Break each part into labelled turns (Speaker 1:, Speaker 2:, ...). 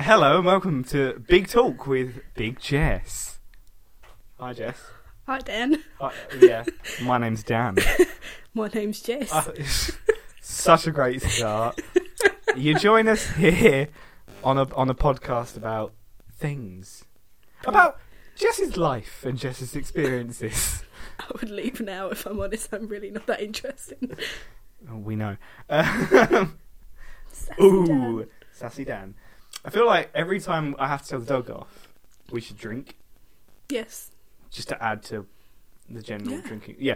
Speaker 1: Hello and welcome to Big Talk with Big Jess. Hi, Jess.
Speaker 2: Hi, Dan.
Speaker 1: Hi, yeah, my name's Dan.
Speaker 2: My name's Jess.
Speaker 1: Uh, it's such a great start. You join us here on a on a podcast about things, about Jess's life and Jess's experiences.
Speaker 2: I would leave now if I'm honest. I'm really not that interested.
Speaker 1: Oh, we know. Um, ooh, sassy Dan. I feel like every time I have to tell the dog off, we should drink.
Speaker 2: Yes.
Speaker 1: just to add to the general
Speaker 2: Yeah.
Speaker 1: drinking. Yeah,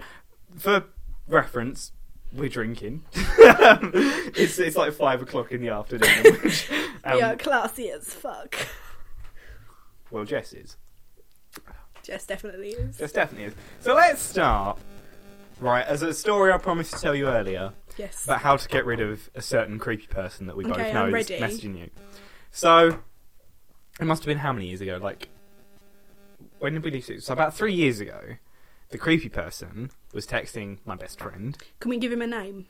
Speaker 1: for reference, we're drinking. it's it's like five o'clock in the afternoon. which, um,
Speaker 2: we are classy as fuck.
Speaker 1: Well, Jess is.
Speaker 2: Jess definitely is.
Speaker 1: Jess definitely is. So let's start. Right, as a story I promised to tell you earlier
Speaker 2: Yes.
Speaker 1: about how to get rid of a certain creepy person that we both
Speaker 2: Okay,
Speaker 1: know
Speaker 2: I'm
Speaker 1: is
Speaker 2: ready.
Speaker 1: messaging you. So it must have been how many years ago? Like when did we leave? Sue? So about three years ago, the creepy person was texting my best friend
Speaker 2: Can we give him a name?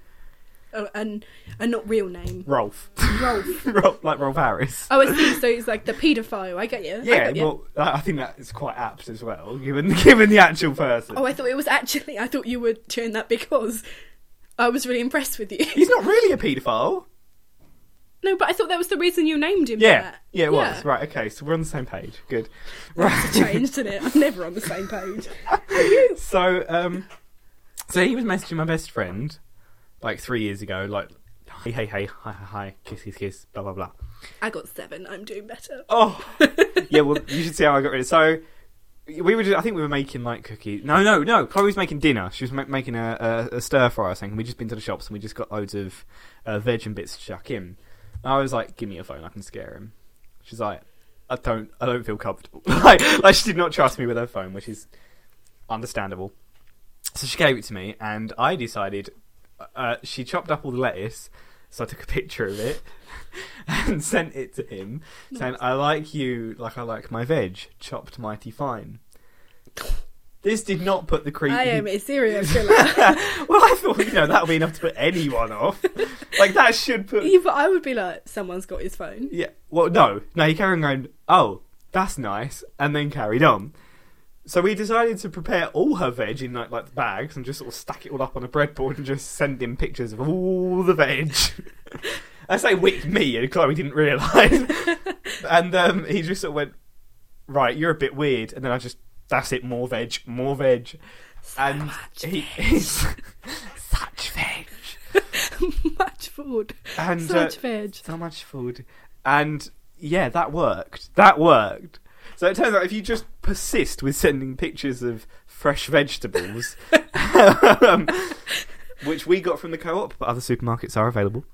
Speaker 2: Oh, and a not real name.
Speaker 1: Rolf.
Speaker 2: Rolf.
Speaker 1: Rolf, like Rolf Harris.
Speaker 2: Oh, I see. So he's like the paedophile. I get you. I
Speaker 1: yeah,
Speaker 2: got you.
Speaker 1: well, I I think that is quite apt as well, given given the actual person.
Speaker 2: Oh, I thought it was actually. I thought you were doing that because I was really impressed with you.
Speaker 1: He's not really a paedophile.
Speaker 2: no, but I thought that was the reason you named him.
Speaker 1: Yeah,
Speaker 2: That.
Speaker 1: yeah, it was right. Okay, so we're on the same page. Good.
Speaker 2: It's a change, isn't it? I'm never on the same page.
Speaker 1: So, um, so he was messaging my best friend like three years ago, like, hey, hey, hey, hi, hi, hi, kiss, kiss, kiss, blah, blah, blah.
Speaker 2: I got seven. I'm doing better.
Speaker 1: Oh, yeah. Well, you should see how I got rid of. So we were. Just, I think we were making like cookies. No, no, no. Chloe was making dinner. She was ma- making a, a, a stir fry or something. We'd just been to the shops and we just got loads of uh, veg and bits to chuck in. And I was like, "Give me your phone. I can scare him." She's like, "I don't. I don't feel comfortable." like, like she did not trust me with her phone, which is understandable. So she gave it to me, and I decided. Uh, she chopped up all the lettuce, so I took a picture of it and sent it to him saying, I like you like I like my veg, chopped mighty fine. This did not put the creepy.
Speaker 2: I am a serial killer.
Speaker 1: well, I thought, you know, that would be enough to put anyone off. like, that should put.
Speaker 2: yeah, but I would be like, someone's got his phone.
Speaker 1: Yeah. Well, no. No, he carried on going, oh, that's nice, and then carried on. So we decided to prepare all her veg in like, like bags and just sort of stack it all up on a breadboard and just send him pictures of all the veg. I say we, me and Chloe didn't realise, and um, he just sort of went, "Right, you're a bit weird." And then I just, "That's it, more veg, more veg," and
Speaker 2: much
Speaker 1: he is such veg
Speaker 2: Much food.
Speaker 1: and
Speaker 2: Such
Speaker 1: uh,
Speaker 2: veg.
Speaker 1: so much food. And yeah, that worked. That worked. So it turns out if you just persist with sending pictures of fresh vegetables, um, which we got from the co-op, but other supermarkets are available.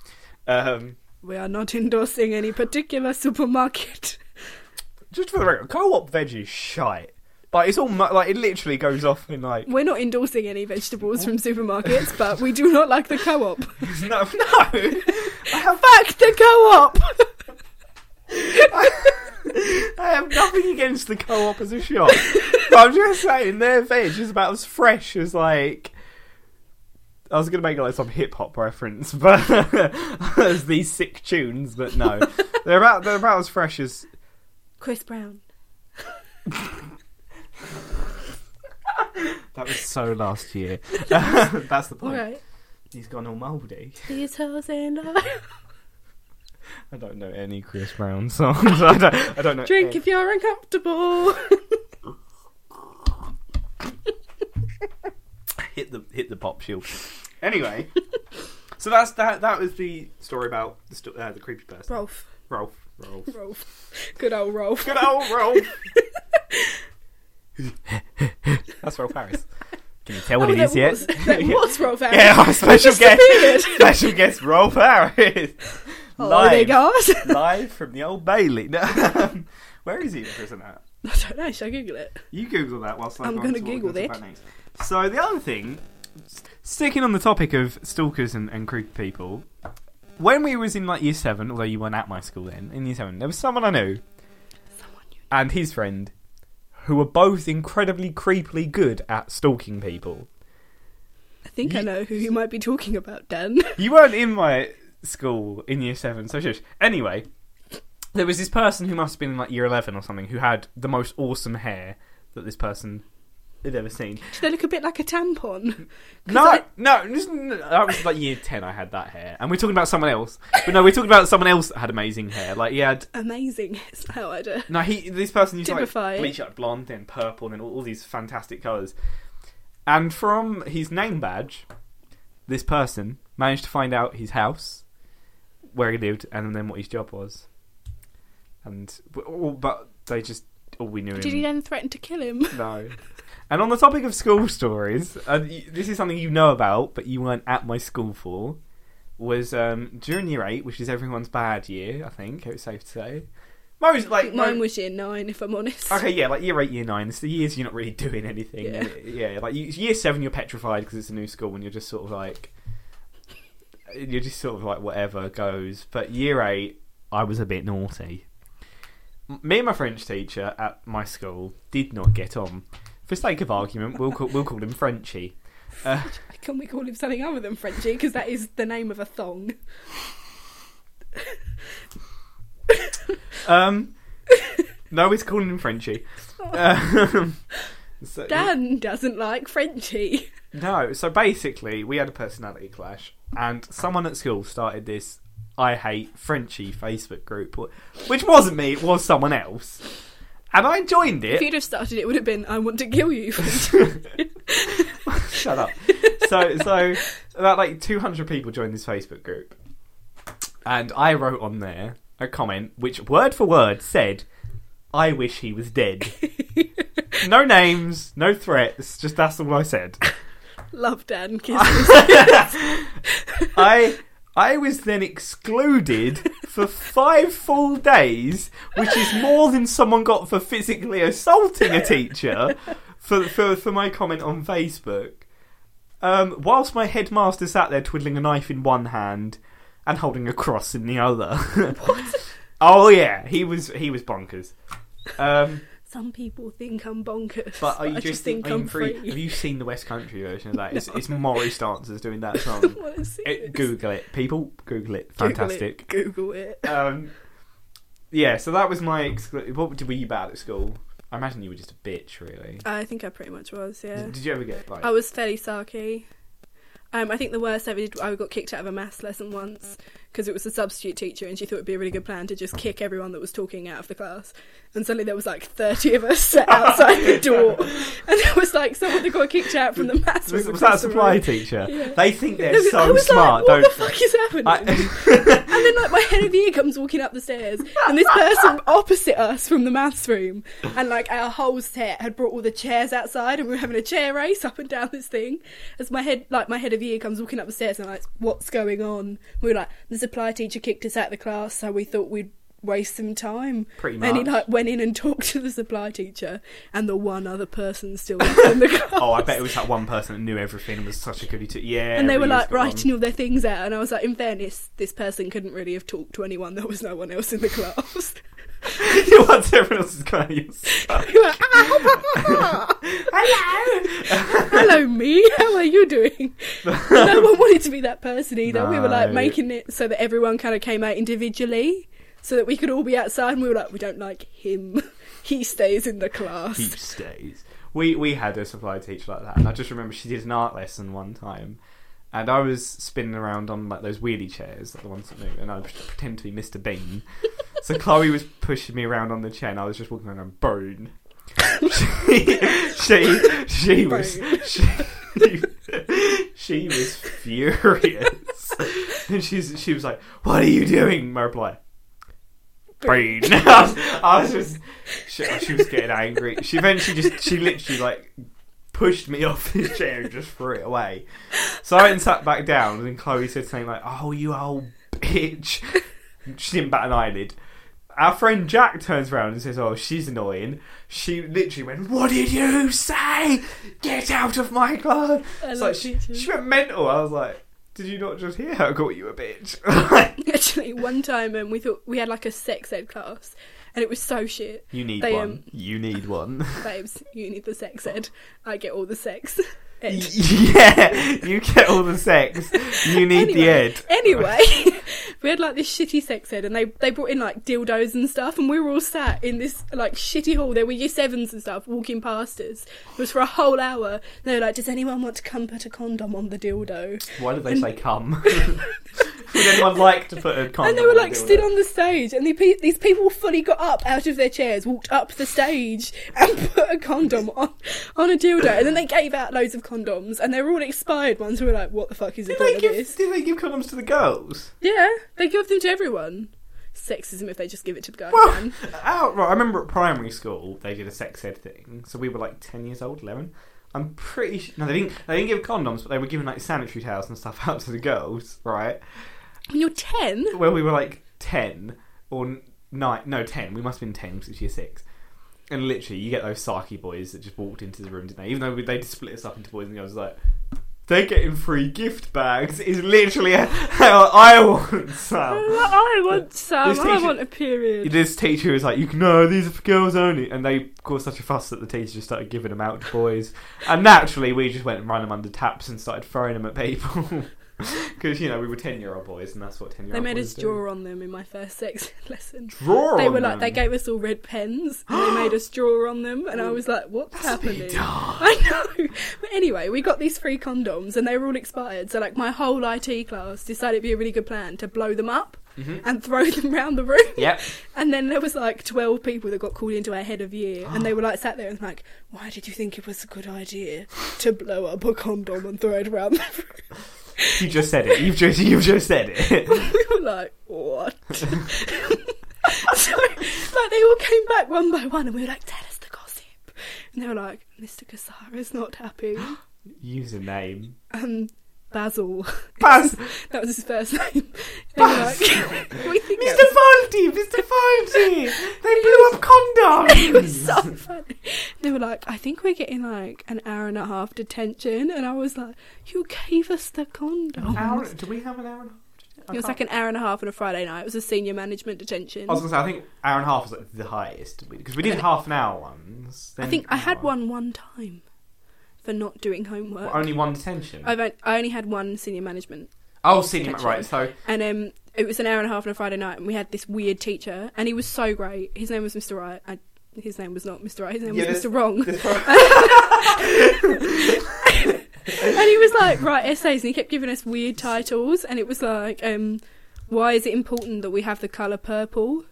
Speaker 1: Um,
Speaker 2: We are not endorsing any particular supermarket.
Speaker 1: just for the record, co-op veg is shite. Like it's all mu- like it literally goes off in like
Speaker 2: We're not endorsing any vegetables from supermarkets, but we do not like the co-op.
Speaker 1: no no. I have
Speaker 2: Fuck the co-op!
Speaker 1: I have nothing against the co-op as a shop, but I'm just saying their veg is about as fresh as like. I was gonna make like some hip hop reference, but as these sick tunes, but no, they're about they're about as fresh as.
Speaker 2: Chris Brown.
Speaker 1: That was so last year. That's the
Speaker 2: All
Speaker 1: point.
Speaker 2: right.
Speaker 1: He's gone all mouldy.
Speaker 2: These hoes and I.
Speaker 1: I don't know any Chris Brown songs. I don't. I don't know.
Speaker 2: Drink
Speaker 1: any-
Speaker 2: if you're uncomfortable.
Speaker 1: hit the hit the pop shield. Anyway, so that's that. That was the story about the sto- uh, the creepy person.
Speaker 2: Rolf.
Speaker 1: Rolf. Rolf.
Speaker 2: Rolf. Good old Rolf.
Speaker 1: Good old Rolf. That's Rolf Harris. Can you tell what
Speaker 2: Oh,
Speaker 1: it
Speaker 2: that
Speaker 1: is yet?
Speaker 2: was, that was Rolf Harris.
Speaker 1: yeah, our special
Speaker 2: disappeared.
Speaker 1: guest, special guest Rolf Harris,
Speaker 2: Oh, there he
Speaker 1: live,
Speaker 2: goes.
Speaker 1: live from the old Bailey. No, um, Where is he in prison at?
Speaker 2: I don't know, shall I Google it?
Speaker 1: You Google that whilst I
Speaker 2: I'm
Speaker 1: go on
Speaker 2: gonna
Speaker 1: to what we're
Speaker 2: Google
Speaker 1: gonna
Speaker 2: that.
Speaker 1: talk about next. So the other thing, s- sticking on the topic of stalkers and, and creepy people, when we was in like year seven, although you weren't at my school then, in year seven, there was someone I knew
Speaker 2: Someone you
Speaker 1: and his friend, who were both incredibly creepily good at stalking people.
Speaker 2: I think I
Speaker 1: Ye-
Speaker 2: know who you might be talking about, Dan.
Speaker 1: You weren't in my school in year seven, so shush. Anyway, there was this person who must have been in like year 11 or something who had the most awesome hair that this person had ever seen.
Speaker 2: Do they look a bit like a tampon? 'Cause
Speaker 1: No,
Speaker 2: I-
Speaker 1: no, this- no, that was like year 10 I had that hair. And we're talking about someone else. But no, we're talking about someone else that had amazing hair. Like, he had.
Speaker 2: Amazing. It's how uh, I do.
Speaker 1: No, he this person used to
Speaker 2: Typify
Speaker 1: like
Speaker 2: it.
Speaker 1: bleach out blonde and purple and all, all these fantastic colours. And from his name badge, this person managed to find out his house, where he lived, and then what his job was. And w- all, but they just all we knew.
Speaker 2: Did
Speaker 1: him.
Speaker 2: he then threaten to kill him?
Speaker 1: No. And on the topic of school stories, and y- this is something you know about, but you weren't at my school for, was um, during year eight, which is everyone's bad year, I think it's safe to say. Most
Speaker 2: I
Speaker 1: like
Speaker 2: think
Speaker 1: mo-
Speaker 2: mine was year nine, if I'm honest.
Speaker 1: okay, yeah, like year eight, year nine. It's the years you're not really doing anything.
Speaker 2: Yeah.
Speaker 1: yeah like you, year seven, you're petrified because it's a new school and you're just sort of like, you're just sort of like whatever goes. But year eight, I was a bit naughty. M- Me and my French teacher at my school did not get on. For sake of argument, we'll call, we'll call him Frenchie. Uh,
Speaker 2: Can we call him something other than Frenchie? Because that is the name of a thong.
Speaker 1: um, no, we're calling him Frenchie. Um, so-
Speaker 2: Dan doesn't like Frenchie.
Speaker 1: No, so basically, we had a personality clash, and someone at school started this I hate Frenchie Facebook group, wh- which wasn't me, it was someone else. And I joined
Speaker 2: If
Speaker 1: it.
Speaker 2: you'd have started, it would have been, I want to kill you. Frenchie."
Speaker 1: Shut up. So, so about like 200 people joined this Facebook group, and I wrote on there a comment which, word for word, said, I wish he was dead. no names, no threats, just that's all I said.
Speaker 2: Love Dan, kisses.
Speaker 1: I I was then excluded for five full days, which is more than someone got for physically assaulting a teacher for for, for my comment on Facebook. Um, whilst my headmaster sat there twiddling a knife in one hand and holding a cross in the other. oh yeah, he was he was bonkers. Um,
Speaker 2: Some people think I'm bonkers.
Speaker 1: but I
Speaker 2: I
Speaker 1: just think I'm free. Have you seen the West Country version of that? It's, it's Maury Stancers doing that song.
Speaker 2: What is
Speaker 1: It,
Speaker 2: it?
Speaker 1: Eh, Google it, people. Google it.
Speaker 2: Google it.
Speaker 1: Fantastic.
Speaker 2: Google it.
Speaker 1: Um, yeah, so that was my. Exclu- what were you bad at school? I imagine you were just a bitch, really.
Speaker 2: I think I pretty much was, yeah.
Speaker 1: Did, did you ever get like?
Speaker 2: Uh, I was fairly sarky. Um, I think the worst I ever did, I got kicked out of a maths lesson once because it was a substitute teacher and she thought it'd be a really good plan to just kick everyone that was talking out of the class. And suddenly there was like 30 of us sat outside the door. And there was like someone that got kicked out from the maths
Speaker 1: was,
Speaker 2: room
Speaker 1: was that a
Speaker 2: across the
Speaker 1: supply
Speaker 2: room.
Speaker 1: teacher?
Speaker 2: Yeah.
Speaker 1: They think they're
Speaker 2: It was- I
Speaker 1: so
Speaker 2: was
Speaker 1: smart,
Speaker 2: like, what
Speaker 1: don't
Speaker 2: the fuck is happening?
Speaker 1: I-
Speaker 2: And then, like, my head of the year comes walking up the stairs, and this person opposite us from the maths room, and like our whole set had brought all the chairs outside, and we were having a chair race up and down this thing. As my head, like, my head of the year comes walking up the stairs, and I'm like, what's going on? We were like, the supply teacher kicked us out of the class, so we thought we'd waste some time.
Speaker 1: Pretty
Speaker 2: And he
Speaker 1: much.
Speaker 2: like went in and talked to the supply teacher, and the one other person still left in the class.
Speaker 1: oh, I bet it was that one person that knew everything and was such a goody. T- yeah,
Speaker 2: and they were
Speaker 1: Ria's
Speaker 2: like
Speaker 1: got one.
Speaker 2: writing all their things out, and I was like, in fairness, this person couldn't really have talked to anyone. There was no one else in the class.
Speaker 1: You want everyone else's kind of yours.
Speaker 2: You're like, "Ah, hello, me. How are you doing? no one wanted to be that person either. We were like
Speaker 1: No.
Speaker 2: making it so that everyone kind of came out individually, so that we could all be outside. And we were like, we don't like him. He stays in the class.
Speaker 1: He stays. We we had a supply teacher like that, and I just remember she did an art lesson one time, and I was spinning around on like those wheelie chairs, like the ones that move, and I was pretend to be Mr. Bean. so Chloe was pushing me around on the chair, and I was just walking around and bone. she, she she was she, she was furious, and she's she was like, "What are you doing?" My reply, brain. I, was, I was just, she, oh, she was getting angry. She eventually just, she literally like pushed me off this chair and just threw it away. So I went and sat back down, and Chloe said something like, "Oh, you old bitch." She didn't bat an eyelid. Our friend Jack turns around and says, "Oh, she's annoying." She literally went, "What did you say? Get out of my club!"
Speaker 2: I
Speaker 1: It's
Speaker 2: love
Speaker 1: like she,
Speaker 2: you too.
Speaker 1: she went mental. I was like, "Did you not just hear her call you a bitch?"
Speaker 2: Actually, one time, um, we thought we had like a sex ed class, and it was so shit.
Speaker 1: you need
Speaker 2: They,
Speaker 1: one.
Speaker 2: um,
Speaker 1: you need one.
Speaker 2: babes, you need the sex ed. I get all the sex. Ed.
Speaker 1: yeah, you get all the sex. You need the
Speaker 2: Anyway-
Speaker 1: ed.
Speaker 2: Anyway, we had like this shitty sex ed, and they they brought in like dildos and stuff, and we were all sat in this like shitty hall. There were year sevens and stuff walking past us. It was for a whole hour. They were like, "Does anyone want to come put a condom on the dildo?"
Speaker 1: Why did they say come? Would anyone like to put a condom?
Speaker 2: and they were
Speaker 1: on a
Speaker 2: like stood
Speaker 1: dildo?
Speaker 2: on the stage, and the pe- these people fully got up out of their chairs, walked up the stage, and put a condom on on a dildo. And then they gave out loads of condoms, and they were all expired ones. We were like, "What the fuck is the
Speaker 1: Did
Speaker 2: point
Speaker 1: they
Speaker 2: of
Speaker 1: give?
Speaker 2: this?"
Speaker 1: Did they give condoms to the girls?
Speaker 2: Yeah, they give them to everyone. Sexism if they just give it to the guy.
Speaker 1: Well,
Speaker 2: man.
Speaker 1: outright. I remember at primary school they did a sex ed thing, so we were like ten years old, eleven. I'm pretty sure. No, they didn't. They didn't give condoms, but they were giving like sanitary towels and stuff out to the girls, right?
Speaker 2: When you're 10,
Speaker 1: Where we were like ten or nine, no ten. We must have been ten because it's year six. And literally, you get those Saki boys that just walked into the room, didn't they? Even though we- they just split us up into boys and girls, like they're getting free gift bags. Is literally how I want some.
Speaker 2: I want some.
Speaker 1: This
Speaker 2: I
Speaker 1: teacher-
Speaker 2: want a period.
Speaker 1: this teacher was like, "You can- no, these are for girls only," and they caused such a fuss that the teacher just started giving them out to boys. And naturally, we just went and ran them under taps and started throwing them at people because you know we were ten-year-old boys, and that's what
Speaker 2: They
Speaker 1: ten-year-old
Speaker 2: made
Speaker 1: boys
Speaker 2: us draw on them in my first sex lesson.
Speaker 1: do. Draw.
Speaker 2: They
Speaker 1: on
Speaker 2: were like,
Speaker 1: them.
Speaker 2: they gave us all red pens and they made us draw on them, and I was like, what's
Speaker 1: That's a bit
Speaker 2: happening?
Speaker 1: dark.
Speaker 2: I know. But anyway, we got these free condoms and they were all expired. So, like, my whole IT class decided it'd be a really good plan to blow them up
Speaker 1: Mhm.
Speaker 2: and throw them round the room.
Speaker 1: Yep.
Speaker 2: And then there was like 12 people that got called into our head of year and they were like sat there and like, why did you think it was a good idea to blow up a condom and throw it around the room?
Speaker 1: You just said it. You've just you've just said it.
Speaker 2: we were like, what? so, like, they all came back one by one and we were like, tell us the gossip. And they were like, Mr. Kasara's not happy.
Speaker 1: Username.
Speaker 2: Um, Basil.
Speaker 1: Bas-
Speaker 2: that was his first name. They were like, we think it
Speaker 1: Mr. Volty, Mr. Volty, they blew up condoms.
Speaker 2: It was so funny. They were like, I think we're getting like an hour and a half detention. And I was like, You gave us the
Speaker 1: An hour?
Speaker 2: condoms.
Speaker 1: Oh, Do we have an hour? and a half? I
Speaker 2: It was
Speaker 1: can't-
Speaker 2: like an hour and a half on a Friday night. It was a senior management detention.
Speaker 1: I was gonna say, I think hour and a half was like the highest because we did half an hour ones.
Speaker 2: I
Speaker 1: then
Speaker 2: think I had
Speaker 1: hour.
Speaker 2: one one time for not doing homework.
Speaker 1: Well, only one detention.
Speaker 2: I've on- I only had one senior management.
Speaker 1: oh, senior ma-
Speaker 2: detention.
Speaker 1: right. So
Speaker 2: And um, it was an hour and a half on a Friday night. And we had this weird teacher. And he was so great. His name was Mr. Right. I, his name was not Mr. Right. His name
Speaker 1: Yeah,
Speaker 2: was
Speaker 1: this-
Speaker 2: Mr. Wrong.
Speaker 1: this-
Speaker 2: and he was like, write essays, and he kept giving us weird titles, and it was like, um, why is it important that we have the colour purple?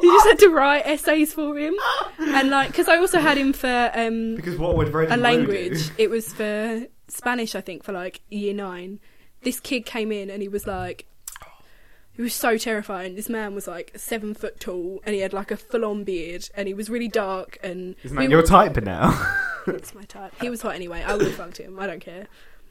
Speaker 2: You just had to write essays for him, and like, because I also had him for um,
Speaker 1: because what would red
Speaker 2: a
Speaker 1: and blue
Speaker 2: language.
Speaker 1: do?
Speaker 2: It was for Spanish, I think, for like year nine. This kid came in and he was like, he was so terrifying. This man was like seven foot tall, and he had like a full on beard, and he was really dark. And
Speaker 1: Isn't
Speaker 2: we
Speaker 1: that
Speaker 2: were-
Speaker 1: your type now?
Speaker 2: it's my type. He was hot anyway. I would have fucked him. I don't care.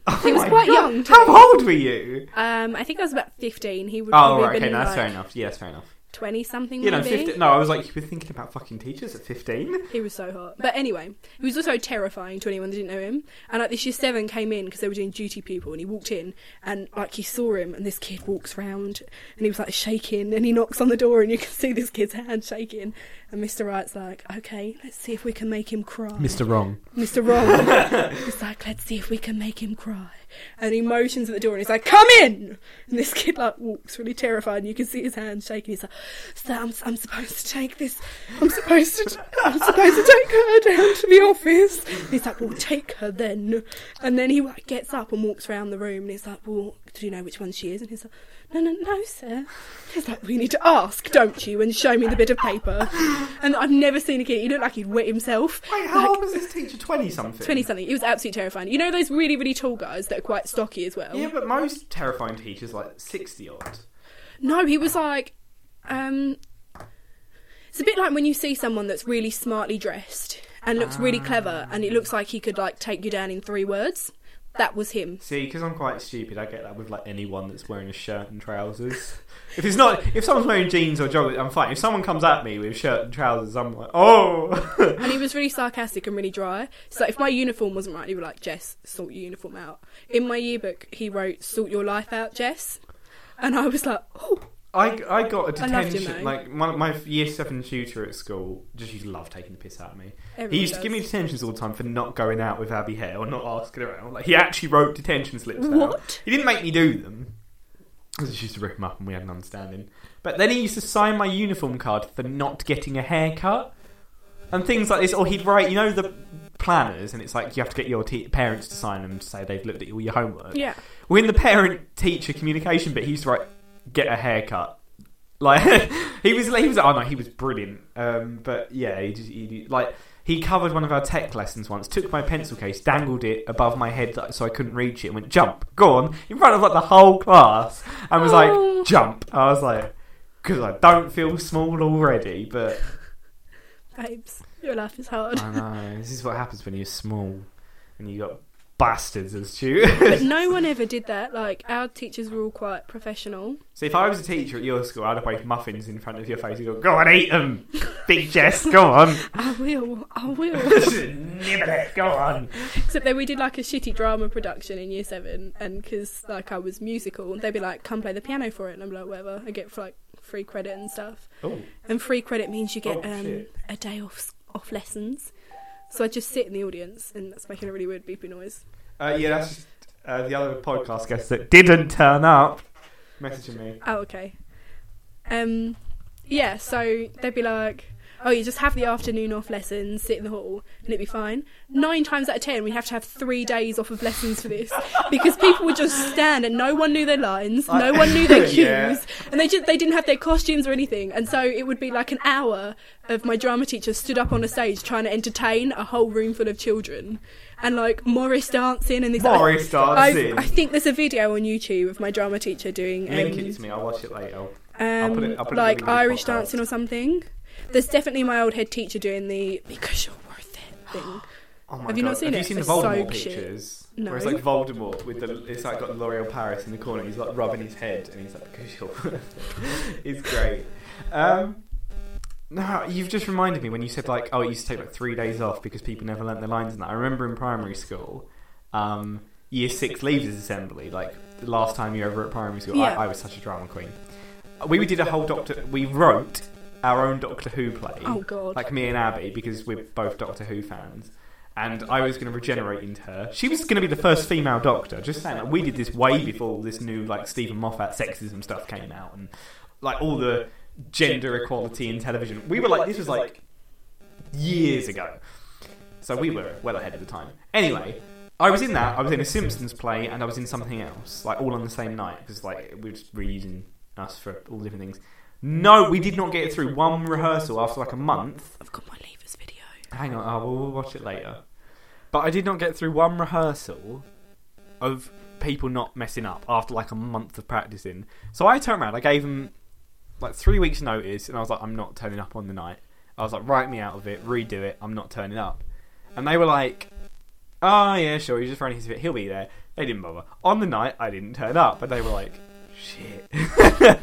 Speaker 1: Oh
Speaker 2: He was
Speaker 1: my
Speaker 2: quite
Speaker 1: God.
Speaker 2: young. Too.
Speaker 1: How old were you?
Speaker 2: Um, I think I was about fifteen. He would
Speaker 1: Oh,
Speaker 2: probably
Speaker 1: right.
Speaker 2: been
Speaker 1: Okay, no, that's fair
Speaker 2: like
Speaker 1: enough. Yeah, that's fair enough.
Speaker 2: twenty something.
Speaker 1: You know,
Speaker 2: maybe.
Speaker 1: 15, no, I was like, you were thinking about fucking teachers at fifteen.
Speaker 2: He was so hot. But anyway, he was also terrifying to anyone that didn't know him. And like this year seven came in because they were doing duty people, and he walked in and like he saw him, and this kid walks round, and he was like shaking, and he knocks on the door, and you can see this kid's hand shaking. And Mr. Wright's like, okay, let's see if we can make him cry.
Speaker 1: Wrong.
Speaker 2: Mr. Wrong. he's like, let's see if we can make him cry. And he motions at the door and he's like, come in! And this kid like walks really terrified and you can see his hands shaking. He's like, so I'm, I'm supposed to take this, I'm supposed to, I'm supposed to take her down to the office. And he's like, well, take her then. And then he like gets up and walks around the room and he's like, well, do you know which one she is? And he's like, no, no, no, sir. He's like, we need to ask, don't you? And show me the bit of paper. And I've never seen a kid, he looked like he'd wet himself.
Speaker 1: Wait, how
Speaker 2: Like,
Speaker 1: old was this teacher? Twenty something.
Speaker 2: 20 something. It was absolutely terrifying. You know those really, really tall guys that are quite stocky as well?
Speaker 1: Yeah, but most terrifying teachers like sixty odd.
Speaker 2: No, he was like, um, it's a bit like when you see someone that's really smartly dressed and looks really clever
Speaker 1: Ah.
Speaker 2: and it looks like he could like take you down in three words. That was him.
Speaker 1: See, because I'm quite stupid, I get that with like anyone that's wearing a shirt and trousers. if it's not, if someone's wearing jeans or joggers, I'm fine. If someone comes at me with shirt and trousers, I'm like, oh.
Speaker 2: And he was really sarcastic and really dry. So if my uniform wasn't right, he would like, Jess, sort your uniform out. In my yearbook, he wrote, sort your life out, Jess. And I was like, oh,
Speaker 1: I, I got a
Speaker 2: I loved him,
Speaker 1: detention.
Speaker 2: though.
Speaker 1: like my, my year seven tutor at school just used to love taking the piss out of me.
Speaker 2: Everyone
Speaker 1: he used to give me
Speaker 2: does.
Speaker 1: detentions all the time for not going out with Abby Hare or not asking her out. Like he actually wrote detention slips out.
Speaker 2: What?
Speaker 1: He didn't make me do them. 'Cause he used to rip them up and we had an understanding. But then he used to sign my uniform card for not getting a haircut and things like this. Or he'd write, you know, the planners, and it's like you have to get your te- parents to sign them to say they've looked at all your homework.
Speaker 2: Yeah.
Speaker 1: We're in the parent teacher communication, but he's right. Get a haircut. Like he was, he was. Oh no, he was brilliant. Um, but yeah, he, just, he like he covered one of our tech lessons once. Took my pencil case, dangled it above my head like, so I couldn't reach it, and went jump, go on in front of like the whole class, and was
Speaker 2: Oh.
Speaker 1: like jump. I was like, because I don't feel small already, but
Speaker 2: Babes, your life is hard.
Speaker 1: I know this is what happens when you're small and you got bastards as tutors.
Speaker 2: But no one ever did that. Like our teachers were all quite professional.
Speaker 1: So if I was a teacher at your school, I'd have waved muffins in front of your face and go, "Go on, eat them, big Jess. Go on,
Speaker 2: I will, I will.
Speaker 1: nibble it. Go on."
Speaker 2: Except that we did like a shitty drama production in year seven, and because like I was musical, they'd be like, "Come play the piano for it," and I'm like, "Whatever." I get like free credit and stuff,
Speaker 1: Oh,
Speaker 2: and free credit means you get
Speaker 1: Oh,
Speaker 2: um,
Speaker 1: shit.
Speaker 2: a day off s- off lessons. So I just sit in the audience, and that's making a really weird beepy noise.
Speaker 1: uh, yeah, that's just, uh, the other podcast guest that didn't turn up. Messaging me.
Speaker 2: Oh, okay. Um, yeah. So they'd be like. Oh, you just have the afternoon off lessons, sit in the hall, and it'd be fine. Nine times out of ten, we'd have to have three days off of lessons for this because people would just stand and no one knew their lines,
Speaker 1: I-
Speaker 2: no one knew their cues,
Speaker 1: Yeah.
Speaker 2: and they just, they didn't have their costumes or anything. And so it would be like an hour of my drama teacher stood up on a stage trying to entertain a whole room full of children, and like Morris dancing and these.
Speaker 1: Morris
Speaker 2: I,
Speaker 1: dancing.
Speaker 2: I think there's a video on YouTube of my drama teacher doing. um,
Speaker 1: Link it to me. I'll watch it later. I'll put
Speaker 2: um,
Speaker 1: it- I'll put it in
Speaker 2: like
Speaker 1: the
Speaker 2: Irish
Speaker 1: podcast.
Speaker 2: dancing or something. There's definitely my old head teacher doing the because you're worth it thing.
Speaker 1: Oh my
Speaker 2: Have you
Speaker 1: God.
Speaker 2: not seen
Speaker 1: Have
Speaker 2: it?
Speaker 1: you seen the
Speaker 2: It's
Speaker 1: Voldemort
Speaker 2: so shit.
Speaker 1: pictures?
Speaker 2: No.
Speaker 1: Where it's like Voldemort with the it's like got L'Oreal Paris in the corner. He's like rubbing his head and he's like because you're. it's great. Um, no, you've just reminded me when you said like oh it used to take like three days off because people never learnt their lines and that. I remember in primary school, um, year six leavers assembly like the last time you were ever at primary school.
Speaker 2: Yeah.
Speaker 1: I, I was such a drama queen. We did a whole Doctor. We wrote our own Doctor Who play
Speaker 2: Oh god.
Speaker 1: like me and Abby because we're both Doctor Who fans. And I was going to regenerate into her. She was going to be the first female Doctor. Just saying, like, we did this way before all this new like Stephen Moffat sexism stuff came out, and like all the gender equality in television. We were like, this was like years ago. So we were well ahead of the time. Anyway, I was in that. I was in a Simpsons play, and I was in something else, like all on the same night, because like we were just reusing us for all different things. No, we did not get it through one rehearsal after like a month.
Speaker 2: I've got my levers video.
Speaker 1: Hang on, oh, we'll, we'll watch it later. But I did not get through one rehearsal of people not messing up after like a month of practicing. So I turned around, I gave them like three weeks' notice, and I was like, I'm not turning up on the night. I was like, write me out of it, redo it, I'm not turning up. And they were like, oh, yeah, sure, you just run his bit, he'll be there. They didn't bother. On the night, I didn't turn up, but they were like, shit.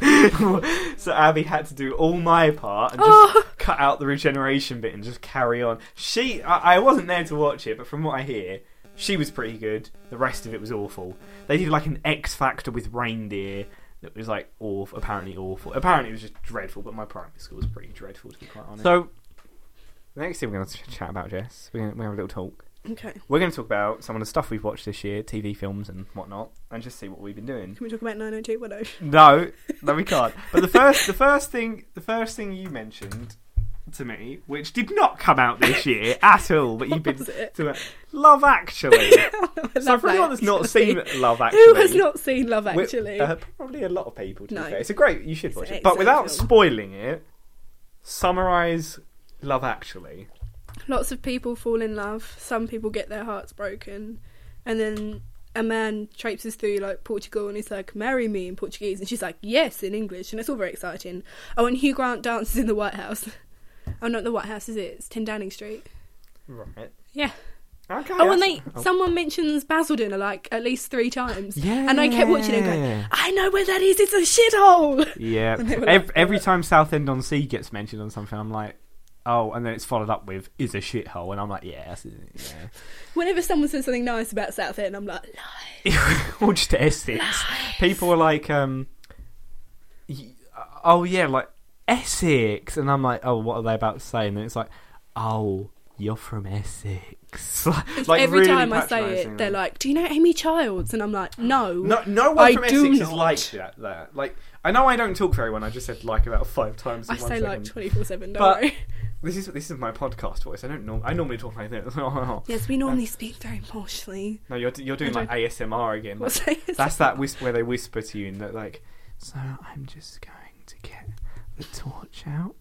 Speaker 1: so Abby had to do all my part and just
Speaker 2: Oh.
Speaker 1: cut out the regeneration bit and just carry on. She, I, I wasn't there to watch it, but from what I hear, she was pretty good. The rest of it was awful. They did like an X Factor with reindeer that was like awful, apparently awful. Apparently it was just dreadful, but my primary school was pretty dreadful to be quite honest. So, the next thing we're going to chat about, Jess, we're going to have a little talk.
Speaker 2: Okay.
Speaker 1: We're going to talk about some of the stuff we've watched this year, TV films and whatnot, and just see what we've been doing.
Speaker 2: Can we talk about 90210?
Speaker 1: No, no, we can't. But the first, the first thing, the first thing you mentioned to me, which did not come out this year at all, but you've been
Speaker 2: What was it?
Speaker 1: to Love Actually. so
Speaker 2: Love
Speaker 1: for anyone that's not
Speaker 2: Actually.
Speaker 1: seen Love Actually,
Speaker 2: Who has not seen Love
Speaker 1: we-
Speaker 2: Actually?
Speaker 1: uh, probably a lot of people. To
Speaker 2: No.
Speaker 1: be fair. it's a great. You should
Speaker 2: It's
Speaker 1: watch
Speaker 2: an
Speaker 1: it, but without
Speaker 2: excellent film.
Speaker 1: spoiling it, summarize Love Actually.
Speaker 2: Lots of people fall in love. Some people get their hearts broken, and then a man traipses through like Portugal and he's like, "Marry me" in Portuguese, and she's like, "Yes" in English, and it's all very exciting. Oh, and Hugh Grant dances in the White House. oh, not the White House, is it? It's Ten Downing Street.
Speaker 1: Right.
Speaker 2: Yeah.
Speaker 1: Okay.
Speaker 2: Oh,
Speaker 1: that's-
Speaker 2: and they
Speaker 1: oh.
Speaker 2: someone mentions Basildon like at least three times, and I kept watching it going,
Speaker 1: Yeah.
Speaker 2: "I know where that is. It's a shithole."
Speaker 1: Yeah.
Speaker 2: And they were
Speaker 1: Ev-
Speaker 2: like-
Speaker 1: every time Southend on Sea gets mentioned on something, I'm like, oh, and then it's followed up with is a shithole, and I'm like, yeah, that's, yeah.
Speaker 2: Whenever someone says something nice about Southend, I'm like, "Lie."
Speaker 1: or just Essex. People were like, um, y- oh yeah, like Essex, and I'm like, oh, what are they about to say? And then it's like, oh, you're from Essex. like
Speaker 2: Every
Speaker 1: really
Speaker 2: time I say
Speaker 1: patronising.
Speaker 2: it, they're like, "Do you know Amy Childs?" And I'm like, "No,
Speaker 1: No, no one
Speaker 2: I
Speaker 1: from
Speaker 2: do
Speaker 1: Essex is
Speaker 2: not.
Speaker 1: like that, that. Like, I know I don't talk very well. and I just said like about five times. In
Speaker 2: I
Speaker 1: one
Speaker 2: say like
Speaker 1: second.
Speaker 2: 24 seven. Don't
Speaker 1: But-
Speaker 2: worry.
Speaker 1: This is this is my podcast voice. I don't norm- I normally talk like this. no,
Speaker 2: Yes, we normally speak very emotionally.
Speaker 1: you're you're doing like ASMR again. like,
Speaker 2: What's that?
Speaker 1: that's that whisper where they whisper to you and they're like. So I'm just going to get the torch out,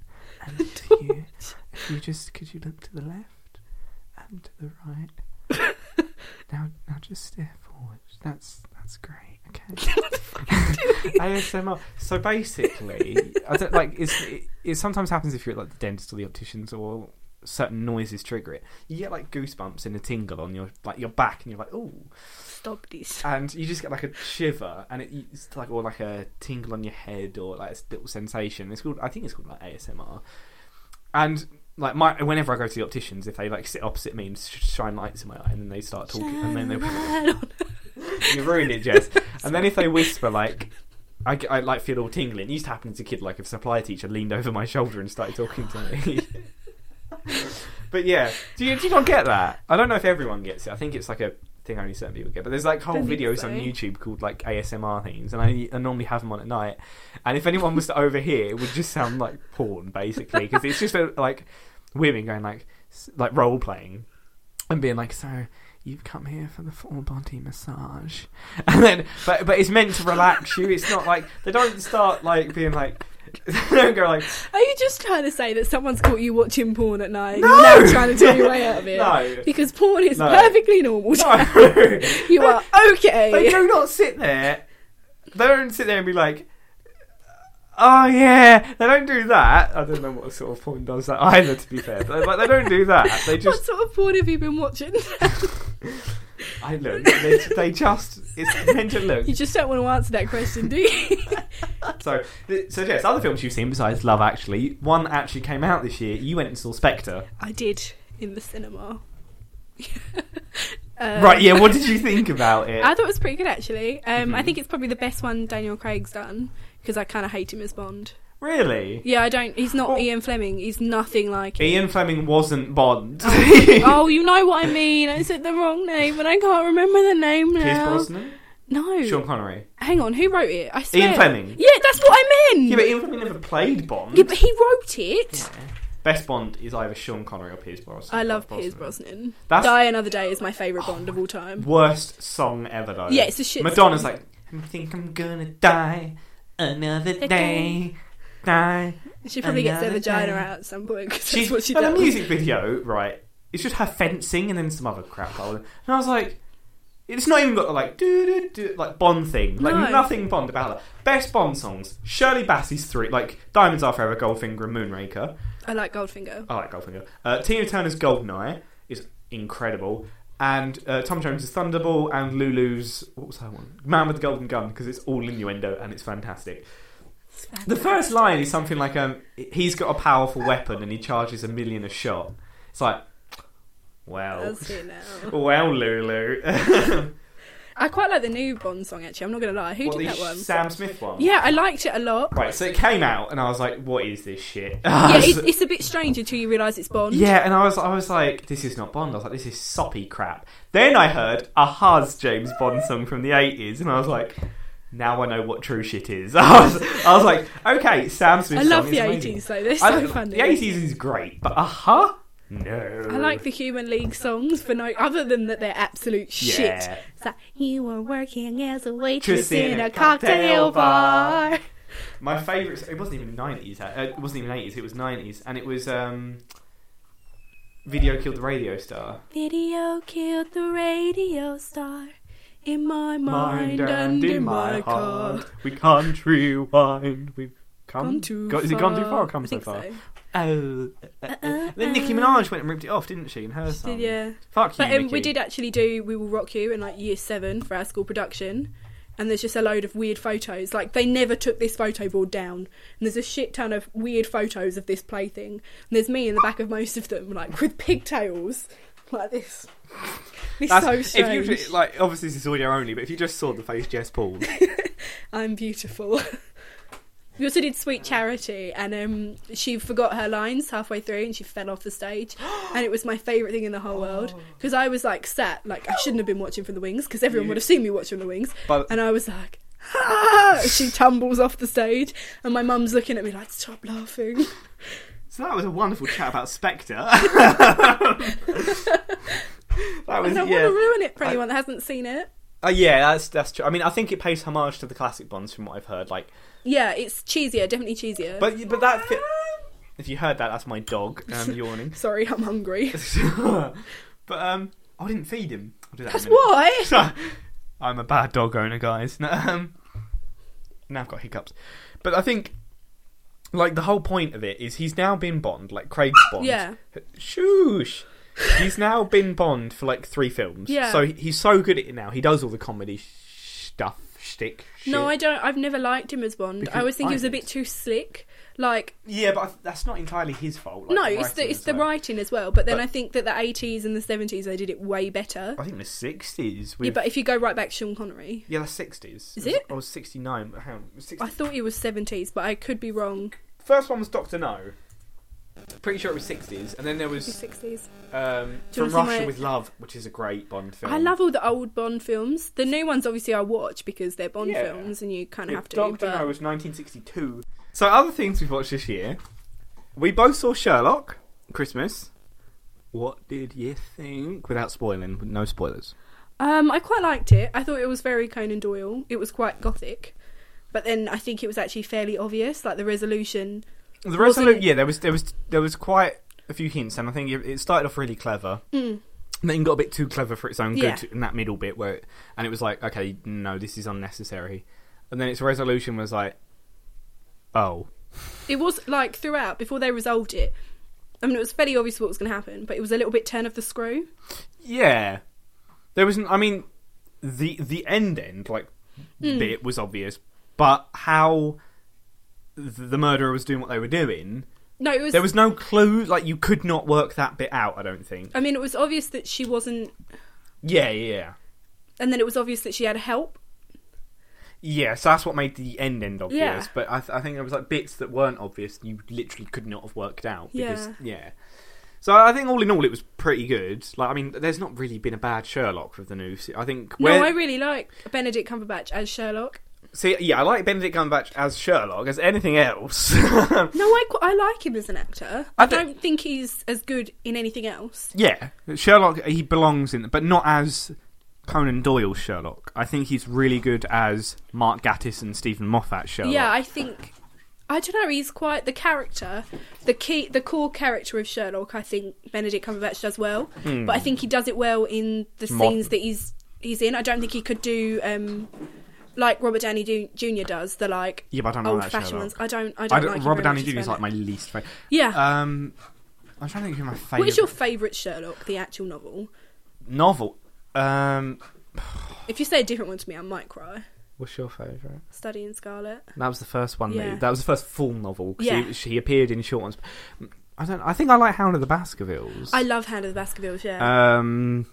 Speaker 1: and for you, if you just could you look to the left and to the right. now, now just stare forward. That's that's great. Okay. ASMR. So basically, I don't, like it's, it, it sometimes happens if you're at like the dentist or the opticians or certain noises trigger it. You get like goosebumps and a tingle on your like your back, and you're like, ooh,
Speaker 2: Stop this.
Speaker 1: and you just get like a shiver, and it, it's like or like a tingle on your head or like a little sensation. It's called I think it's called like ASMR, and. Like my, whenever I go to the opticians, if they like sit opposite me and sh- shine lights in my eye, and then they start talking, and then they you ruined it, Jess. And then if they whisper, like, I, g- I, like feel all tingling. It used to happen as a kid, like if a supply teacher leaned over my shoulder and started talking to me. but yeah, do you, do you not get that? I don't know if everyone gets it. I think it's like a thing only certain people get. But there's like whole
Speaker 2: Don't think
Speaker 1: videos
Speaker 2: so.
Speaker 1: on YouTube called like ASMR themes, and I, I normally have them on at night. And if anyone was to overhear, it would just sound like porn, basically, because it's just a, like women going like s- like role playing and being like, so you've come here for the full body massage, and then but but it's meant to relax you. It's not like they don't start like being like they don't go like
Speaker 2: Are you just trying to say that someone's caught you watching porn at night? and
Speaker 1: No!
Speaker 2: You're now trying to talk your way out of it.
Speaker 1: no.
Speaker 2: Because porn is
Speaker 1: No.
Speaker 2: perfectly normal.
Speaker 1: No.
Speaker 2: You are
Speaker 1: they
Speaker 2: okay.
Speaker 1: do not sit there. They don't sit there and be like, "Oh yeah." They don't do that. I don't know what sort of porn does that either. To be fair, they, like they don't do that. They
Speaker 2: What
Speaker 1: just
Speaker 2: sort of porn have you been watching?
Speaker 1: I look. They, they just it's meant to look.
Speaker 2: you just don't want to answer that question, do you?
Speaker 1: So th- so yes, other films you've seen besides Love Actually. One actually came out this year. You went and saw Spectre.
Speaker 2: I did in the cinema. Um,
Speaker 1: right? Yeah. What did you think about it?
Speaker 2: I thought it was pretty good actually. Um, I
Speaker 1: Mhm.
Speaker 2: think it's probably the best one Daniel Craig's done because I kind of hate him as Bond.
Speaker 1: really?
Speaker 2: Yeah, I don't. He's not
Speaker 1: Well-
Speaker 2: Ian Fleming. He's nothing like him.
Speaker 1: Ian Fleming wasn't Bond.
Speaker 2: oh, you know what I mean. I said the wrong name, and I can't remember the name now.
Speaker 1: Pierce Brosnan,
Speaker 2: No.
Speaker 1: Sean Connery,
Speaker 2: Hang on, who wrote it? I swear.
Speaker 1: Ian Fleming.
Speaker 2: Yeah, that's what I meant.
Speaker 1: Yeah, but Ian Fleming never played Bond.
Speaker 2: Yeah, but he wrote it.
Speaker 1: Best Bond is either Sean Connery or Piers Brosnan.
Speaker 2: I love Piers Brosnan.
Speaker 1: That's Oh
Speaker 2: Die Another Day is my favourite Bond of all time.
Speaker 1: worst song ever, though.
Speaker 2: Yeah, it's a shit
Speaker 1: Madonna's
Speaker 2: song.
Speaker 1: like, I think I'm gonna die another
Speaker 2: Okay.
Speaker 1: day, die.
Speaker 2: She probably gets her
Speaker 1: Another
Speaker 2: vagina
Speaker 1: Day.
Speaker 2: out at some point because
Speaker 1: She's
Speaker 2: that's what she
Speaker 1: and the
Speaker 2: does.
Speaker 1: music video, right? It's just her fencing and then some other crap. I was- And I was like, it's not even got the, like do do do like Bond thing, like
Speaker 2: No.
Speaker 1: nothing Bond about it. Best Bond songs: Shirley Bassey's three, like Diamonds Are Forever, Goldfinger, and Moonraker.
Speaker 2: I like Goldfinger.
Speaker 1: I like Goldfinger. Uh, Tina Turner's Goldeneye is incredible. And uh, Tom Jones's Thunderball and Lulu's what was that one? Man with the Golden Gun because it's all innuendo and it's fantastic. The first line is something like, um, "He's got a powerful weapon and he charges a million a shot." It's like, well,
Speaker 2: That's it now.
Speaker 1: well, Lulu.
Speaker 2: I quite like the new Bond song actually. I'm not gonna lie. Who
Speaker 1: What,
Speaker 2: did
Speaker 1: the
Speaker 2: that one?
Speaker 1: Sam Smith one.
Speaker 2: yeah, I liked it a lot.
Speaker 1: Right, so it came out and I was like, "What is this shit?"
Speaker 2: Yeah, it's, it's a bit strange until you realise it's Bond.
Speaker 1: Yeah, and I was, I was like, this is not Bond. I was like, this is soppy crap. Then I heard a Haz James Bond song from the eighties, and I was like, now I know what true shit is. I was, I was like, okay, Sam Smith.
Speaker 2: I love
Speaker 1: song
Speaker 2: the
Speaker 1: is amazing.
Speaker 2: eighties though. They're
Speaker 1: I
Speaker 2: so
Speaker 1: don't-
Speaker 2: funny.
Speaker 1: The eighties is great, but aha, uh-huh? no.
Speaker 2: I like the Human League songs for no other than that they're absolute shit.
Speaker 1: Yeah.
Speaker 2: It's like, you were working as a
Speaker 1: Just
Speaker 2: waitress
Speaker 1: in
Speaker 2: in
Speaker 1: a
Speaker 2: a
Speaker 1: cocktail
Speaker 2: cocktail
Speaker 1: bar.
Speaker 2: bar.
Speaker 1: My favourite. It wasn't even nineties. Uh, it wasn't even eighties. It was nineties, and it was um, video killed the radio star.
Speaker 2: Video killed the radio star in my
Speaker 1: Mind
Speaker 2: mind, and in my car.
Speaker 1: heart, we can't rewind. We've come,
Speaker 2: Gone too
Speaker 1: go-
Speaker 2: far.
Speaker 1: Is it gone too far or come
Speaker 2: I
Speaker 1: so
Speaker 2: think
Speaker 1: far?
Speaker 2: so.
Speaker 1: Oh.
Speaker 2: uh,
Speaker 1: then Nicki
Speaker 2: uh.
Speaker 1: Minaj went and ripped it off, didn't she? In her
Speaker 2: She
Speaker 1: song.
Speaker 2: did, yeah.
Speaker 1: Fuck you,
Speaker 2: But um, we
Speaker 1: Nicki.
Speaker 2: did actually do We Will Rock You in like year seven for our school production. And there's just a load of weird photos. Like they never took this photo board down. And there's a shit ton of weird photos of this plaything. And there's me in the back of most of them, like with pigtails, like this. It's
Speaker 1: That's-
Speaker 2: so
Speaker 1: If
Speaker 2: strange.
Speaker 1: you, ju- like, obviously this is audio only, but if you just saw the face Jess pulled,
Speaker 2: I'm beautiful. We also did Sweet Charity, and um, she forgot her lines halfway through, and she fell off the stage, and it was my favourite thing in the whole world
Speaker 1: Oh.
Speaker 2: because I was like sat like I shouldn't have been watching from the wings because everyone
Speaker 1: You-
Speaker 2: would have seen me watching the wings,
Speaker 1: But-
Speaker 2: and I was like. "Ah!" she tumbles off the stage, and my mum's looking at me like, "Stop laughing."
Speaker 1: So that was a wonderful chat about Spectre. that
Speaker 2: I
Speaker 1: was
Speaker 2: don't
Speaker 1: yeah.
Speaker 2: want to ruin it for
Speaker 1: I-
Speaker 2: anyone that hasn't seen it.
Speaker 1: Uh, yeah, that's that's true. I mean, I think it pays homage to the classic Bonds from what I've heard. Like,
Speaker 2: Yeah, it's cheesier, definitely cheesier.
Speaker 1: but but that fi- if you heard that, that's my dog um, yawning.
Speaker 2: Sorry, I'm hungry.
Speaker 1: but um, I didn't feed him. I'll do that.
Speaker 2: That's
Speaker 1: in a minute.
Speaker 2: why.
Speaker 1: I'm a bad dog owner, guys. No, um, now I've got hiccups. But I think, like, the whole point of it is he's now been Bond, like Craig's Bond.
Speaker 2: Yeah.
Speaker 1: Shoosh. He's now been Bond for like three films.
Speaker 2: Yeah.
Speaker 1: So he- he's so good at it now. He does all the comedy sh- stuff, shtick.
Speaker 2: No, I
Speaker 1: shit.
Speaker 2: don't. I've never liked him as Bond.
Speaker 1: Because
Speaker 2: I always think he was a
Speaker 1: I-
Speaker 2: bit too slick. Like,
Speaker 1: Yeah, but I th- that's not entirely his fault. like,
Speaker 2: no, it's
Speaker 1: writing
Speaker 2: the it's
Speaker 1: as
Speaker 2: the
Speaker 1: well.
Speaker 2: writing as well. But then
Speaker 1: But-
Speaker 2: I think that the eighties and the seventies they did it way better.
Speaker 1: I think the sixties.
Speaker 2: Yeah,
Speaker 1: With... Yeah,
Speaker 2: but if you go right back, to Sean Connery.
Speaker 1: the sixties.
Speaker 2: Is it?
Speaker 1: I was sixty nine. Hang on, it was 60...
Speaker 2: I thought he was seventies, but I could be wrong.
Speaker 1: First one was Doctor No. Pretty sure it was sixties, and then there was
Speaker 2: Sixties.
Speaker 1: um,
Speaker 2: Do you
Speaker 1: From
Speaker 2: wanna see
Speaker 1: Russia
Speaker 2: my-
Speaker 1: with Love, which is a great Bond film.
Speaker 2: I love all the old Bond films. The new ones, obviously, I watch because they're Bond
Speaker 1: Yeah.
Speaker 2: films, and you kind of
Speaker 1: Yeah,
Speaker 2: have to.
Speaker 1: Doctor
Speaker 2: but
Speaker 1: No was nineteen sixty two. So other things we've watched this year, we both saw Sherlock Christmas. What did you think? Without spoiling, with no spoilers.
Speaker 2: Um, I quite liked it. I thought it was very Conan Doyle. It was quite gothic, but then I think it was actually fairly obvious. Like the resolution.
Speaker 1: The
Speaker 2: Wasn't
Speaker 1: resolution,
Speaker 2: it-
Speaker 1: yeah, there was there was there was quite a few hints, and I think it, it started off really clever.
Speaker 2: Mm.
Speaker 1: And then got a bit too clever for its own good
Speaker 2: Yeah.
Speaker 1: in that middle bit where, it, and it was like, okay, no, this is unnecessary. And then its resolution was like, oh,
Speaker 2: It was like throughout before they resolved it. I mean, it was fairly obvious what was going to happen, but it was a little bit turn of the screw.
Speaker 1: Yeah, there was. An, I mean, the the end end like
Speaker 2: Mm.
Speaker 1: bit was obvious, but how th- the murderer was doing what they were doing,
Speaker 2: No, it was.
Speaker 1: there was no clue. Like you could not work that bit out. I don't think.
Speaker 2: I mean, it was obvious that she wasn't,
Speaker 1: Yeah, yeah,
Speaker 2: and then it was obvious that she had help.
Speaker 1: yeah. So that's what made the end end obvious.
Speaker 2: Yeah.
Speaker 1: But I, th- I think there was like bits that weren't obvious. You literally could not have worked out. Because,
Speaker 2: Yeah.
Speaker 1: yeah. So I think all in all, it was pretty good. Like I mean, there's not really been a bad Sherlock with the new. se- I think where-
Speaker 2: No, I really like Benedict Cumberbatch as Sherlock.
Speaker 1: See, yeah, I like Benedict Cumberbatch as Sherlock as anything else.
Speaker 2: No, I qu- I like him as an actor.
Speaker 1: I
Speaker 2: I,
Speaker 1: don't-
Speaker 2: don't think he's as good in anything else.
Speaker 1: yeah, Sherlock he belongs in, but not as Conan Doyle Sherlock. I think he's really good as Mark Gatiss and Stephen Moffat Sherlock.
Speaker 2: Yeah, I think I don't know. He's quite the character, the key, the core character of Sherlock. I think Benedict Cumberbatch does well,
Speaker 1: Hmm.
Speaker 2: but I think he does it well in the
Speaker 1: Mo-
Speaker 2: scenes that he's he's in. I don't think he could do um like Robert Downey Du- Jr. does the like
Speaker 1: yeah, but I don't know
Speaker 2: old
Speaker 1: that
Speaker 2: fashioned
Speaker 1: Sherlock.
Speaker 2: ones. I don't. I don't.
Speaker 1: I don't,
Speaker 2: like him
Speaker 1: Robert
Speaker 2: very
Speaker 1: Downey
Speaker 2: much as
Speaker 1: Jr. is like
Speaker 2: Sherlock.
Speaker 1: my least favorite.
Speaker 2: yeah.
Speaker 1: Um, I'm trying to think who my favorite
Speaker 2: what is your favourite Sherlock, the actual novel?
Speaker 1: novel. Um,
Speaker 2: If you say a different one to me, I might cry.
Speaker 1: what's your favorite?
Speaker 2: Studying Scarlet.
Speaker 1: That was the first one.
Speaker 2: Yeah.
Speaker 1: That, that was the first full novel. 'cause
Speaker 2: Yeah.
Speaker 1: She, she appeared in short ones. I don't. I think I like Hound of the Baskervilles.
Speaker 2: I love Hand of the Baskervilles. Yeah.
Speaker 1: Um,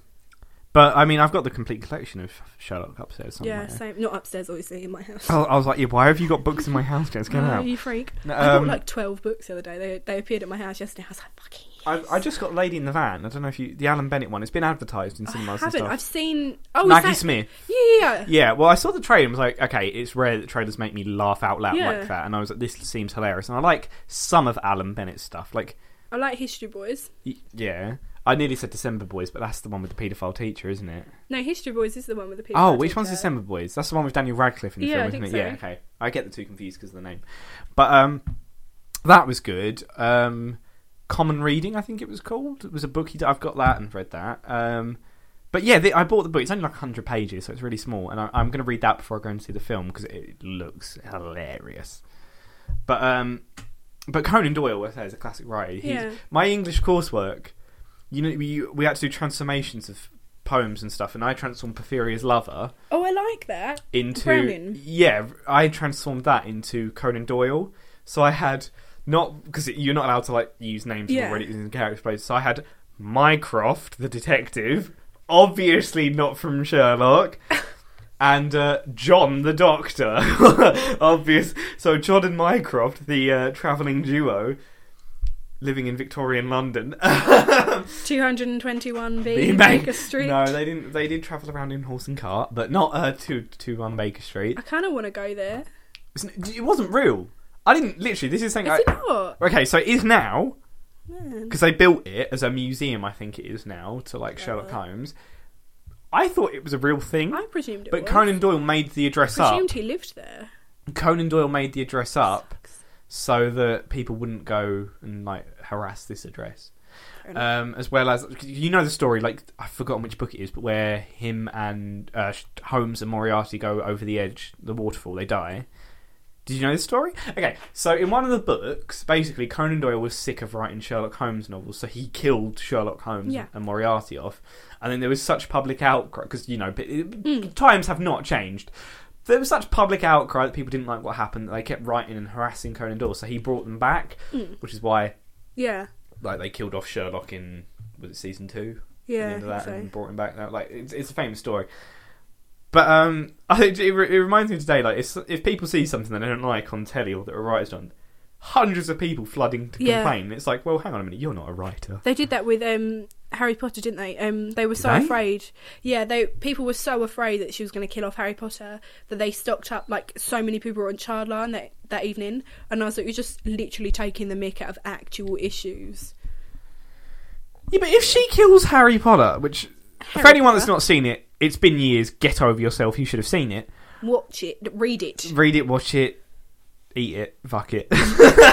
Speaker 1: but I mean, I've got the complete collection of Sherlock upstairs
Speaker 2: yeah.
Speaker 1: somewhere.
Speaker 2: Same. Not upstairs, obviously, in my house.
Speaker 1: I, I was like, yeah, why have you got books in my house, Jess? Get
Speaker 2: Oh,
Speaker 1: out.
Speaker 2: you freak. I
Speaker 1: Um,
Speaker 2: bought like 12 books the other day. They, they appeared at my house yesterday. I was like, fucking
Speaker 1: I, I just got Lady in the Van. I don't know if you. The Alan Bennett one. It's been advertised in
Speaker 2: I
Speaker 1: cinemas and
Speaker 2: haven't.
Speaker 1: stuff.
Speaker 2: I've seen. Oh, is
Speaker 1: Maggie
Speaker 2: that-
Speaker 1: Smith.
Speaker 2: Yeah, yeah.
Speaker 1: Yeah, well, I saw the trailer and was like, okay, it's rare that trailers make me laugh out loud
Speaker 2: Yeah.
Speaker 1: like that. And I was like, this seems hilarious. And I like some of Alan Bennett's stuff. Like,
Speaker 2: I like History Boys.
Speaker 1: y- yeah. I nearly said December Boys, but that's the one with the paedophile teacher, isn't it?
Speaker 2: No, History Boys is the one with the people.
Speaker 1: Oh,
Speaker 2: that
Speaker 1: which
Speaker 2: did
Speaker 1: one's
Speaker 2: that.
Speaker 1: December Boys? That's the one with Daniel Radcliffe in the
Speaker 2: Yeah,
Speaker 1: film,
Speaker 2: I
Speaker 1: isn't
Speaker 2: think
Speaker 1: it? Yeah,
Speaker 2: so.
Speaker 1: okay. I get the two confused because of the name. But um, that was good. Um, Common Reading, I think it was called. It was a book. He, I've got that and read that. Um, but yeah, the, I bought the book. It's only like 100 pages, so it's really small. And I, I'm going to read that before I go and see the film because it looks hilarious. But um, but Conan Doyle, I say, is a classic writer. He's,
Speaker 2: Yeah.
Speaker 1: My English coursework, you know, we, we had to do transformations of poems and stuff, and I transformed Porphyria's Lover
Speaker 2: Oh, I like that.
Speaker 1: into
Speaker 2: Brilliant.
Speaker 1: yeah i transformed that into conan doyle so i had not because you're not allowed to like use names
Speaker 2: Yeah.
Speaker 1: already in character plays so i had mycroft the detective obviously not from sherlock and uh, John the Doctor. Obvious. So John and Mycroft, the uh, travelling duo, living in Victorian London.
Speaker 2: 221 B
Speaker 1: They
Speaker 2: Baker Street.
Speaker 1: No, they didn't. They did travel around in horse and cart, but not uh, to to one Baker Street.
Speaker 2: I kind of want to go there.
Speaker 1: It's n- It wasn't real. I didn't literally. This is
Speaker 2: Is
Speaker 1: something. I,
Speaker 2: it not?
Speaker 1: okay, so it is now.
Speaker 2: Man.
Speaker 1: because they built it as a museum. I think it is now to like Sherlock
Speaker 2: Clever.
Speaker 1: Holmes. I thought it was a real thing,
Speaker 2: I presumed it
Speaker 1: but
Speaker 2: was.
Speaker 1: Conan Doyle made the address up.
Speaker 2: presumed he lived there.
Speaker 1: Conan Doyle made the address up
Speaker 2: Sucks.
Speaker 1: so that people wouldn't go and like harass this address.
Speaker 2: Fair enough.
Speaker 1: Um, as well as 'cause you know the story, like I've forgotten which book it is, but where him and uh, Sh- Holmes and Moriarty go over the edge, the waterfall, they die. Did you know this story? Okay, so in one of the books, basically Conan Doyle was sick of writing Sherlock Holmes novels, so he killed Sherlock Holmes
Speaker 2: Yeah.
Speaker 1: and Moriarty off, and then there was such public outcry because you know but it-
Speaker 2: Hmm.
Speaker 1: times have not changed. There was such public outcry that people didn't like what happened that they kept writing and harassing Conan Doyle, so he brought them back,
Speaker 2: Hmm.
Speaker 1: which is why
Speaker 2: Yeah.
Speaker 1: like they killed off Sherlock in was it season two?
Speaker 2: Yeah,
Speaker 1: the end of
Speaker 2: I
Speaker 1: that
Speaker 2: think so.
Speaker 1: and brought him back. Now, like it's, it's a famous story. But um, I, it, it reminds me today, like if, if people see something that they don't like on telly or that a writer's done, hundreds of people flooding to
Speaker 2: Yeah.
Speaker 1: complain. It's like, well, hang on a minute, you're not a writer.
Speaker 2: They did that with um, Harry Potter, didn't they? Um, they were so
Speaker 1: Did they?
Speaker 2: afraid. Yeah, they people were so afraid that she was going to kill off Harry Potter that they stocked up. Like so many people were on Childline that that evening, and I was like, you're just literally taking the mick out of actual issues.
Speaker 1: Yeah, but if she kills Harry Potter, which for
Speaker 2: Harry
Speaker 1: anyone that's
Speaker 2: Potter.
Speaker 1: not seen it, it's been years. Get over yourself. You should have seen it.
Speaker 2: Watch it, read it.
Speaker 1: Read it, watch it, eat it, fuck it.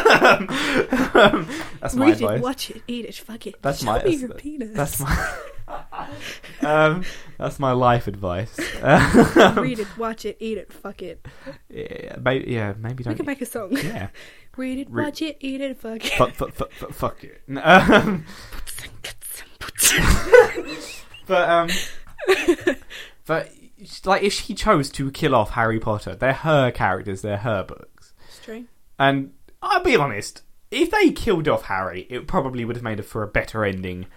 Speaker 1: Um, that's my
Speaker 2: Read
Speaker 1: advice.
Speaker 2: it, watch it, eat it, fuck it.
Speaker 1: That's
Speaker 2: Show
Speaker 1: my-
Speaker 2: me
Speaker 1: that's-
Speaker 2: your penis.
Speaker 1: That's my um, that's my life advice. Um,
Speaker 2: Read it, watch it, eat it, fuck it.
Speaker 1: yeah, maybe, yeah, maybe
Speaker 2: We
Speaker 1: don't.
Speaker 2: could make a song.
Speaker 1: yeah,
Speaker 2: Read it,
Speaker 1: Re-
Speaker 2: watch it, eat it, fuck it.
Speaker 1: fuck, fuck, fuck, fuck, fuck it. Um, but um, but like if she chose to kill off Harry Potter, they're her characters, they're her books,
Speaker 2: It's true.
Speaker 1: and I'll be honest, if they killed off Harry, it probably would have made it for a better ending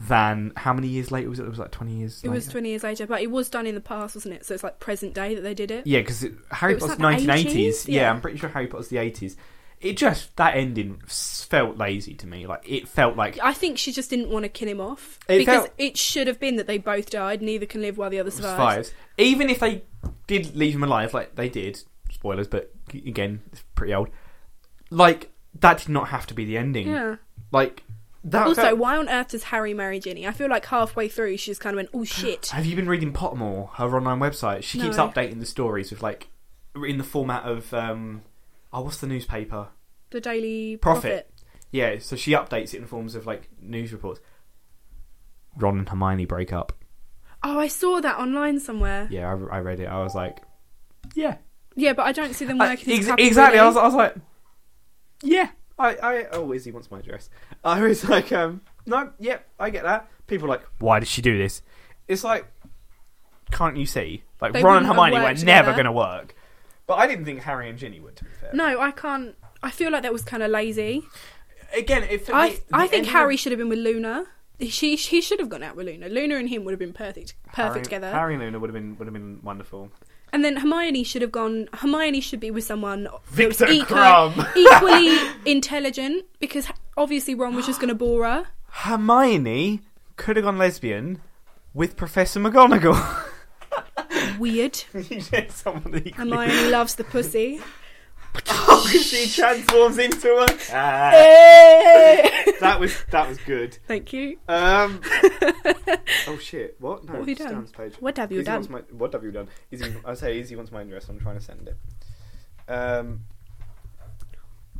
Speaker 1: than how many years later was it? It was like twenty years.
Speaker 2: It was
Speaker 1: later?
Speaker 2: 20 years later, but it was done in the past, wasn't it? So it's like present day that they did it.
Speaker 1: Yeah, because Harry
Speaker 2: It was
Speaker 1: Potter's
Speaker 2: like the
Speaker 1: 1980s.
Speaker 2: 80s,
Speaker 1: yeah.
Speaker 2: yeah.
Speaker 1: I'm pretty sure Harry Potter's the 80s. It just that ending s- felt lazy to me. Like it felt like
Speaker 2: I think she just didn't want to kill him off
Speaker 1: It
Speaker 2: because
Speaker 1: felt-
Speaker 2: it should have been that they both died. Neither can live while the other survives.
Speaker 1: survives. Even if they did leave him alive, like they did. Spoilers, but again, it's pretty old. Like that did not have to be the ending.
Speaker 2: Yeah.
Speaker 1: Like that.
Speaker 2: Also,
Speaker 1: felt-
Speaker 2: why on earth does Harry marry Ginny? I feel like halfway through she just kind of went, "Oh shit."
Speaker 1: have you been reading Pottermore, her online website? She keeps
Speaker 2: No.
Speaker 1: updating the stories with like in the format of um, oh, what's the newspaper?
Speaker 2: The Daily
Speaker 1: Prophet.
Speaker 2: Prophet.
Speaker 1: Yeah, so she updates it in forms of like news reports. Ron and Hermione break up.
Speaker 2: Oh, I saw that online somewhere. Yeah,
Speaker 1: Yeah, I, I read it. I was like, yeah,
Speaker 2: but I don't see them
Speaker 1: I-
Speaker 2: working. as a
Speaker 1: Uh, ex-
Speaker 2: couple,
Speaker 1: exactly. I
Speaker 2: really.
Speaker 1: was, I was like, yeah. I, I oh, Izzy wants my dress. I was like, um, no, yep, I get that. People are like, why did she do this? It's like, can't you see? Like
Speaker 2: They
Speaker 1: Ron and
Speaker 2: wouldn't have
Speaker 1: Hermione were
Speaker 2: worked
Speaker 1: never
Speaker 2: together.
Speaker 1: going to work. But I didn't think Harry and Ginny would. To be fair,
Speaker 2: No, I can't. I feel like that was kind of lazy.
Speaker 1: Again, if
Speaker 2: I
Speaker 1: the- the
Speaker 2: I think
Speaker 1: ending of
Speaker 2: Harry should have been with Luna. She he should have gone out with Luna. Luna and him would have been perfect perfect
Speaker 1: Harry-
Speaker 2: together.
Speaker 1: Harry and Luna would have been would have been wonderful.
Speaker 2: And then Hermione should have gone. Hermione should be with someone that was
Speaker 1: Victor
Speaker 2: equi-
Speaker 1: Crumb.
Speaker 2: equally intelligent, because obviously Ron was just going to bore her.
Speaker 1: Hermione could have gone lesbian with Professor McGonagall.
Speaker 2: Weird.
Speaker 1: you said someone equally-
Speaker 2: Hermione loves the pussy.
Speaker 1: Oh, she transforms into a. Ah,
Speaker 2: Hey!
Speaker 1: that was that was good.
Speaker 2: Thank you.
Speaker 1: Um. oh shit! What? No.
Speaker 2: What have you
Speaker 1: it's
Speaker 2: done?
Speaker 1: Dan's Page.
Speaker 2: What have you
Speaker 1: Izzy
Speaker 2: done?
Speaker 1: wants my- what have you done? Izzy, I say Izzy wants my address. I'm trying to send it. Um.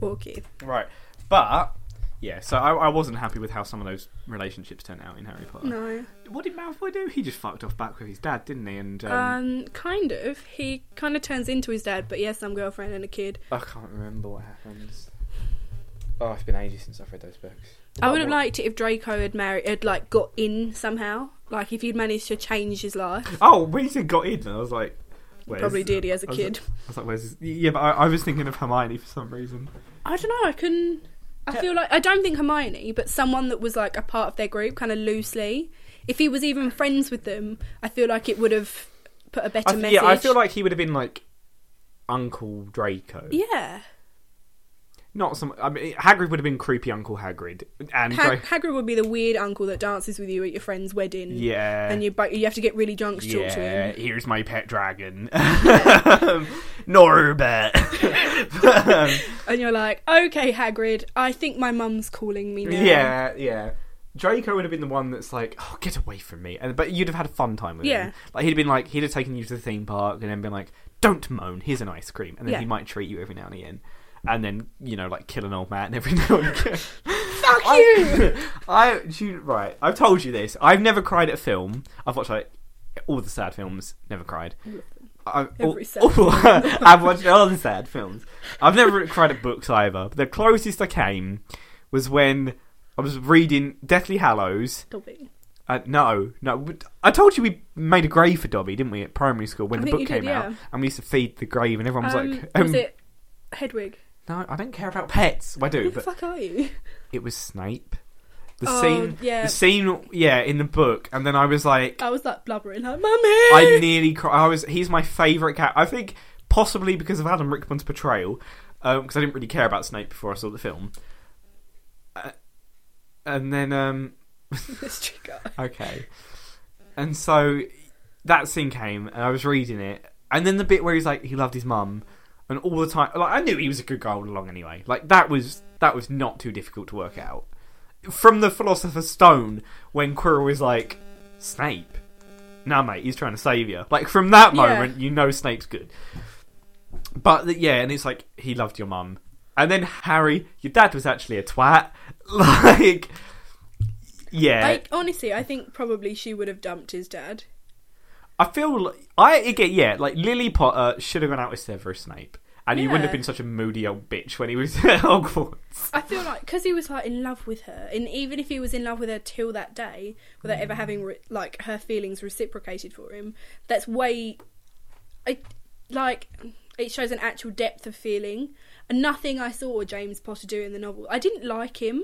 Speaker 2: Okay.
Speaker 1: Right. But yeah. So I, I wasn't happy with how some of those relationships turned out in Harry Potter.
Speaker 2: No.
Speaker 1: What did Malfoy do? He just fucked off back with his dad, didn't he? And um,
Speaker 2: Um, kind of. He kind of turns into his dad, but he has some girlfriend and a kid.
Speaker 1: I can't remember what happens. Oh, it's been ages since I've read those books.
Speaker 2: I would have
Speaker 1: Oh, What-
Speaker 2: liked it if Draco had married, had like got in somehow. Like if he'd managed to change his life.
Speaker 1: Oh, when you said got in, I was like, where's-
Speaker 2: Probably did he as a
Speaker 1: I was like-
Speaker 2: kid.
Speaker 1: I was like, where's this? Yeah, but I, I was thinking of Hermione for some reason.
Speaker 2: I don't know. I can. I
Speaker 1: Yeah.
Speaker 2: feel like I don't think Hermione, but someone that was like a part of their group, kind of loosely. If he was even friends with them, I feel like it would have put a better
Speaker 1: I th-
Speaker 2: message.
Speaker 1: yeah, I feel like he would have been like Uncle Draco.
Speaker 2: yeah.
Speaker 1: Not some. I mean, Hagrid would have been creepy Uncle Hagrid, and
Speaker 2: Hag-
Speaker 1: Dra-
Speaker 2: Hagrid would be the weird uncle that dances with you at your friend's wedding.
Speaker 1: yeah,
Speaker 2: And you bo- you have to get really drunk to
Speaker 1: yeah.
Speaker 2: talk to him.
Speaker 1: Here's my pet dragon, Norbert. Um,
Speaker 2: And you're like, okay, Hagrid, I think my mum's calling me now.
Speaker 1: yeah, yeah. Draco would have been the one that's like, "Oh, get away from me!" And but you'd have had a fun time with
Speaker 2: Yeah.
Speaker 1: him. Like he'd have been like, he'd have taken you to the theme park and then been like, "Don't moan. Here's an ice cream," and then
Speaker 2: Yeah.
Speaker 1: he might treat you every now and again, and then you know, like kill an old man every now and again.
Speaker 2: Fuck
Speaker 1: I,
Speaker 2: you!
Speaker 1: I do you- right. I've told you this. I've never cried at a film. I've watched like all the sad films. Never cried. I,
Speaker 2: Every sad
Speaker 1: all, all- I've watched all the sad films. I've never cried at books either. The closest I came was when I was reading Deathly Hallows.
Speaker 2: Stop it.
Speaker 1: Uh, no, no. but I told you we made a grave for Dobby, didn't we, at primary school when
Speaker 2: I
Speaker 1: the
Speaker 2: think
Speaker 1: book
Speaker 2: you
Speaker 1: came
Speaker 2: did, yeah.
Speaker 1: out, and we used to feed the grave, and everyone was
Speaker 2: Um,
Speaker 1: like,
Speaker 2: was
Speaker 1: um,
Speaker 2: it Hedwig?
Speaker 1: "No, I don't care about pets. Well, I do,
Speaker 2: Who
Speaker 1: but
Speaker 2: the fuck are you?
Speaker 1: it was Snape. The
Speaker 2: Oh,
Speaker 1: scene,
Speaker 2: yeah.
Speaker 1: the scene, yeah, in the book, and then I was like,
Speaker 2: I was like blubbering, like, mummy!
Speaker 1: I nearly cried. I was, he's my favourite cat. I think possibly because of Adam Rickman's portrayal, because I didn't really care about Snape before I saw the film. Uh, and then, um,
Speaker 2: This trigger.
Speaker 1: okay, and so that scene came, and I was reading it, and then the bit where he's like, he loved his mum, and all the time, like I knew he was a good guy all along anyway. Like that was that was not too difficult to work out. From the Philosopher's Stone, when Quirrell is like, Snape, nah, mate, he's trying to save you. Like from that
Speaker 2: Yeah.
Speaker 1: moment, you know Snape's good. But the, yeah, and it's like he loved your mum, and then Harry, your dad was actually a twat. Like, yeah,
Speaker 2: I, honestly, I think probably she would have dumped his dad.
Speaker 1: I feel like, I again, yeah, like Lily Potter should have gone out with Severus Snape, and he wouldn't have
Speaker 2: Yeah.
Speaker 1: been such a moody old bitch when he was at Hogwarts.
Speaker 2: I feel like because he was like in love with her, and even if he was in love with her till that day, without ever having re- like her feelings reciprocated for him, that's way, I like it shows an actual depth of feeling. And nothing I saw James Potter do in the novel, I didn't like him.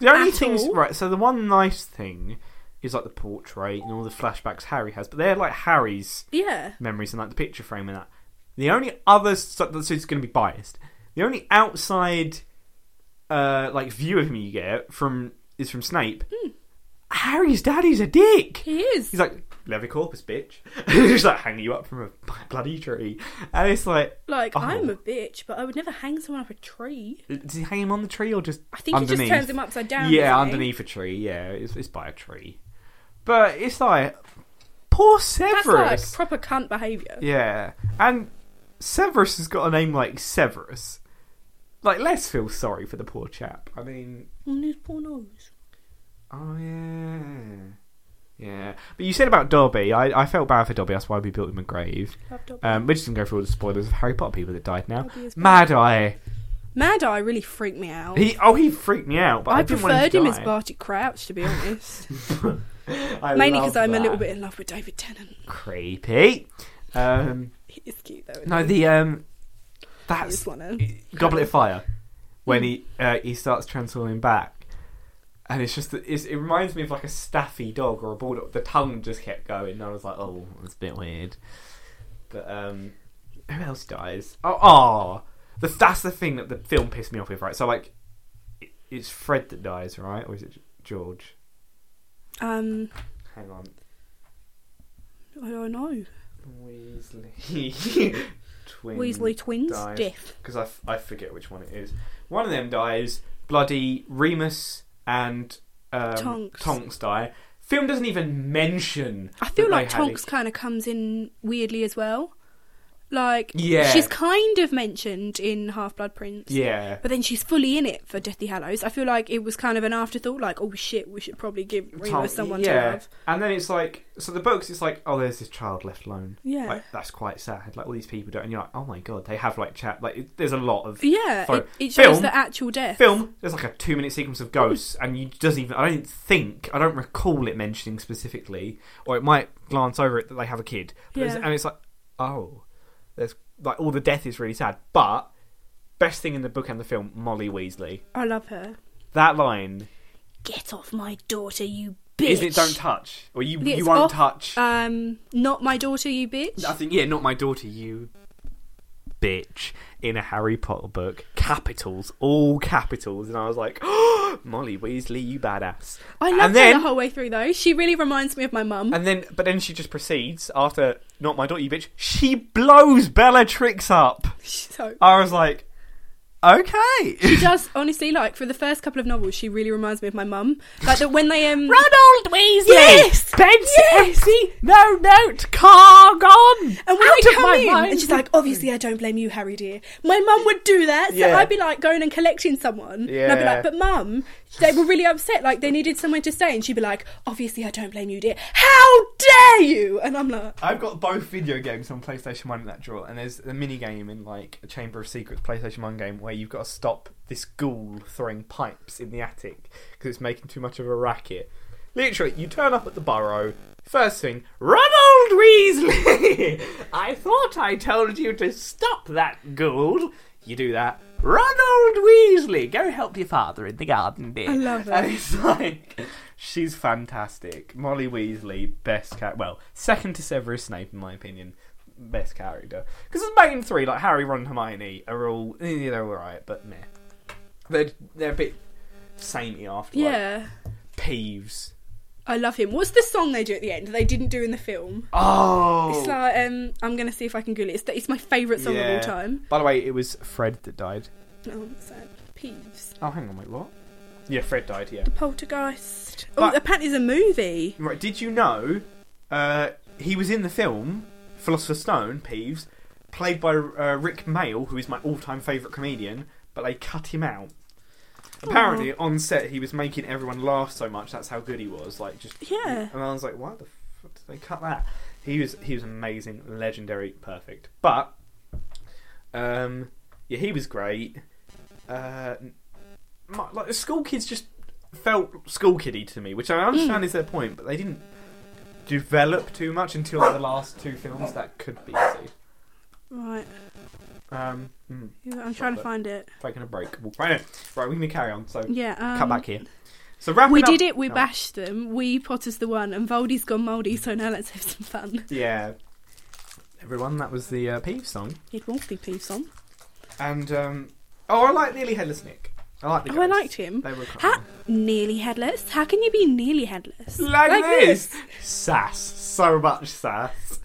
Speaker 1: The only
Speaker 2: At
Speaker 1: things
Speaker 2: all.
Speaker 1: right. So the one nice thing is like the portrait and all the flashbacks Harry has, but they're like Harry's
Speaker 2: Yeah,
Speaker 1: memories and like the picture frame and that. The only other stuff that's it's going to be biased. The only outside, uh, like view of him you get from is from Snape.
Speaker 2: Hmm.
Speaker 1: Harry's daddy's a dick.
Speaker 2: he is.
Speaker 1: He's like, Levi Corpus, bitch. He's like hanging you up from a bloody tree. And it's like,
Speaker 2: like
Speaker 1: oh.
Speaker 2: I'm a bitch, but I would never hang someone up a tree.
Speaker 1: does he hang him on the tree or just
Speaker 2: I think
Speaker 1: underneath?
Speaker 2: he just turns him upside down.
Speaker 1: yeah,
Speaker 2: doesn't he?
Speaker 1: underneath a tree. Yeah, it's, it's by a tree. But it's like, poor
Speaker 2: That's
Speaker 1: Severus.
Speaker 2: like proper cunt behaviour.
Speaker 1: yeah. And Severus has got a name like Severus. Like, let's feel sorry for the poor chap. I mean,
Speaker 2: On his poor nose.
Speaker 1: oh yeah. Yeah. But you said about Dobby. I, I felt bad for Dobby. That's why we built him a grave.
Speaker 2: Loved up.
Speaker 1: Um, we're just going to go through all the spoilers of Harry Potter people that died now.
Speaker 2: Dobby is
Speaker 1: Mad Eye.
Speaker 2: Mad Eye really freaked me out.
Speaker 1: He oh he freaked me out, but I,
Speaker 2: I
Speaker 1: didn't want him,
Speaker 2: preferred
Speaker 1: to
Speaker 2: him as
Speaker 1: die.
Speaker 2: Barty Crouch, to be honest.
Speaker 1: I
Speaker 2: Mainly
Speaker 1: love
Speaker 2: because I'm a
Speaker 1: that.
Speaker 2: little bit in love with David Tennant.
Speaker 1: creepy. Um,
Speaker 2: He is cute though.
Speaker 1: no, the um,
Speaker 2: I just
Speaker 1: that's
Speaker 2: wanna.
Speaker 1: Goblet of Fire when he uh, he starts transforming back, and it's just it's, it reminds me of like a staffy dog or a bulldog. The tongue just kept going, and I was like, oh, that's a bit weird. But um, who else dies? Oh, oh the, that's the thing that the film pissed me off with, right? So like, it, it's Fred that dies, right, or is it George?
Speaker 2: Um,
Speaker 1: Hang on,
Speaker 2: I don't know.
Speaker 1: Weasley. Twin
Speaker 2: Weasley twins,
Speaker 1: dies.
Speaker 2: death.
Speaker 1: because I, f- I forget which one it is. One of them dies. Bloody Remus and um,
Speaker 2: Tonks.
Speaker 1: die. Film doesn't even mention.
Speaker 2: I feel
Speaker 1: that they
Speaker 2: like
Speaker 1: had
Speaker 2: Tonks kind of comes in weirdly as well. Like,
Speaker 1: Yeah.
Speaker 2: she's kind of mentioned in Half Blood Prince.
Speaker 1: it. Yeah.
Speaker 2: But then she's fully in it for Deathly Hallows. I feel like it was kind of an afterthought, like, oh shit, we should probably give Remus
Speaker 1: Tonk-
Speaker 2: someone
Speaker 1: yeah.
Speaker 2: to love.
Speaker 1: And then it's like, so the books, it's like, oh, there's this child left alone.
Speaker 2: Yeah.
Speaker 1: Like, that's quite sad. Like all these people don't, and you're like, oh my god, they have like chat. Like it, there's a lot of
Speaker 2: yeah,
Speaker 1: So,
Speaker 2: it, it shows
Speaker 1: film-
Speaker 2: the actual death.
Speaker 1: film there's like a two minute sequence of ghosts and you doesn't even i don't think i don't recall it mentioning specifically or it might glance over it that they have a kid but it's-
Speaker 2: Yeah.
Speaker 1: and it's like oh there's like all the death is really sad but best thing in the book and the film molly weasley
Speaker 2: I love her.
Speaker 1: that line
Speaker 2: Get off my daughter, you bitch.
Speaker 1: Isn't it don't touch? Or you,
Speaker 2: It's
Speaker 1: you won't
Speaker 2: off-
Speaker 1: touch.
Speaker 2: Um, not my daughter, you bitch.
Speaker 1: I think, yeah, not my daughter, you bitch. In a Harry Potter book, capitals, all capitals. And I was like, Molly Weasley, you badass.
Speaker 2: I
Speaker 1: and
Speaker 2: loved
Speaker 1: then,
Speaker 2: her the whole way through, though. She really reminds me of my mum.
Speaker 1: And then, but then she just proceeds after not my daughter, you bitch. She blows Bellatrix up.
Speaker 2: so
Speaker 1: I was like, okay,
Speaker 2: she does honestly like for the first couple of novels, she really reminds me of my mum. Like that when they um
Speaker 1: Ronald Weasley.
Speaker 2: Yes!
Speaker 1: Ben's
Speaker 2: Yes!
Speaker 1: empty. No note. Car gone.
Speaker 2: And when
Speaker 1: Out
Speaker 2: they
Speaker 1: of
Speaker 2: come
Speaker 1: my
Speaker 2: in,
Speaker 1: mind.
Speaker 2: and she's like, obviously, I don't blame you, Harry dear. My mum would do that, so
Speaker 1: Yeah.
Speaker 2: I'd be like going and collecting someone, and I'd be
Speaker 1: Yeah.
Speaker 2: like, but mum, they were really upset, like they needed somewhere to stay, and she'd be like, obviously, I don't blame you, dear. How dare you? And I'm like,
Speaker 1: I've got both video games on PlayStation 1 in that drawer, and there's a mini game in like a Chamber of Secrets PlayStation 1 game where you've got to stop this ghoul throwing pipes in the attic because it's making too much of a racket. Literally, you turn up at the burrow, first thing, Ronald Weasley! I thought I told you to stop that ghoul. You do that. Ronald Weasley, go help your father in the garden, dear.
Speaker 2: I love it.
Speaker 1: And it's like she's fantastic. Molly Weasley, best cat. Well, second to Severus Snape in my opinion, best character. Because the main three, like Harry, Ron, and Hermione, are all eh, they're all right, but meh. They're they're a bit samey after. like,
Speaker 2: yeah,
Speaker 1: peeves.
Speaker 2: I love him. What's the song they do at the end? that They didn't do in the film.
Speaker 1: Oh,
Speaker 2: It's like, um, I'm gonna see if I can Google it. It's, the- it's my favourite song of
Speaker 1: Yeah.
Speaker 2: all time.
Speaker 1: By the way, it was Fred that died.
Speaker 2: Oh, that's sad. Peeves.
Speaker 1: Oh, hang on, wait, what? Yeah, Fred died. Yeah.
Speaker 2: Poltergeist. Oh,
Speaker 1: But-
Speaker 2: apparently, there's a movie.
Speaker 1: Right, did you know uh, he was in the film Philosopher's Stone, Peeves, played by uh, Rick Mayall, who is my all time favourite comedian, but they cut him out. Apparently, on set, he was making everyone laugh so much, that's how good he was. Like, just.
Speaker 2: Yeah.
Speaker 1: And I was like, why the fuck did they cut that? He was, he was amazing, legendary, perfect. But, um, yeah, he was great. Uh, my, like, the school kids just felt school kiddy to me, which
Speaker 2: Hmm.
Speaker 1: I understand is their point, but they didn't develop too much until like, the last two films. That could be. See.
Speaker 2: Right,
Speaker 1: Um, mm,
Speaker 2: I'm trying to find it.
Speaker 1: taking a break. We'll find it. Right, we're gonna carry on. So
Speaker 2: Yeah, um,
Speaker 1: come back here. So wrapping
Speaker 2: We
Speaker 1: up-
Speaker 2: did it, we
Speaker 1: Oh,
Speaker 2: bashed them, we Potter's the one, and Voldy's gone mouldy, so now let's have some fun.
Speaker 1: Yeah. Everyone, that was the uh, Peeve song,
Speaker 2: He'd want the peeves on.
Speaker 1: and um, oh, I like Nearly Headless Nick. I like the.
Speaker 2: Oh, I
Speaker 1: ghost.
Speaker 2: liked him.
Speaker 1: They were.
Speaker 2: Ha- nearly headless? How can you be nearly headless?
Speaker 1: Like, this. sass, so much sass.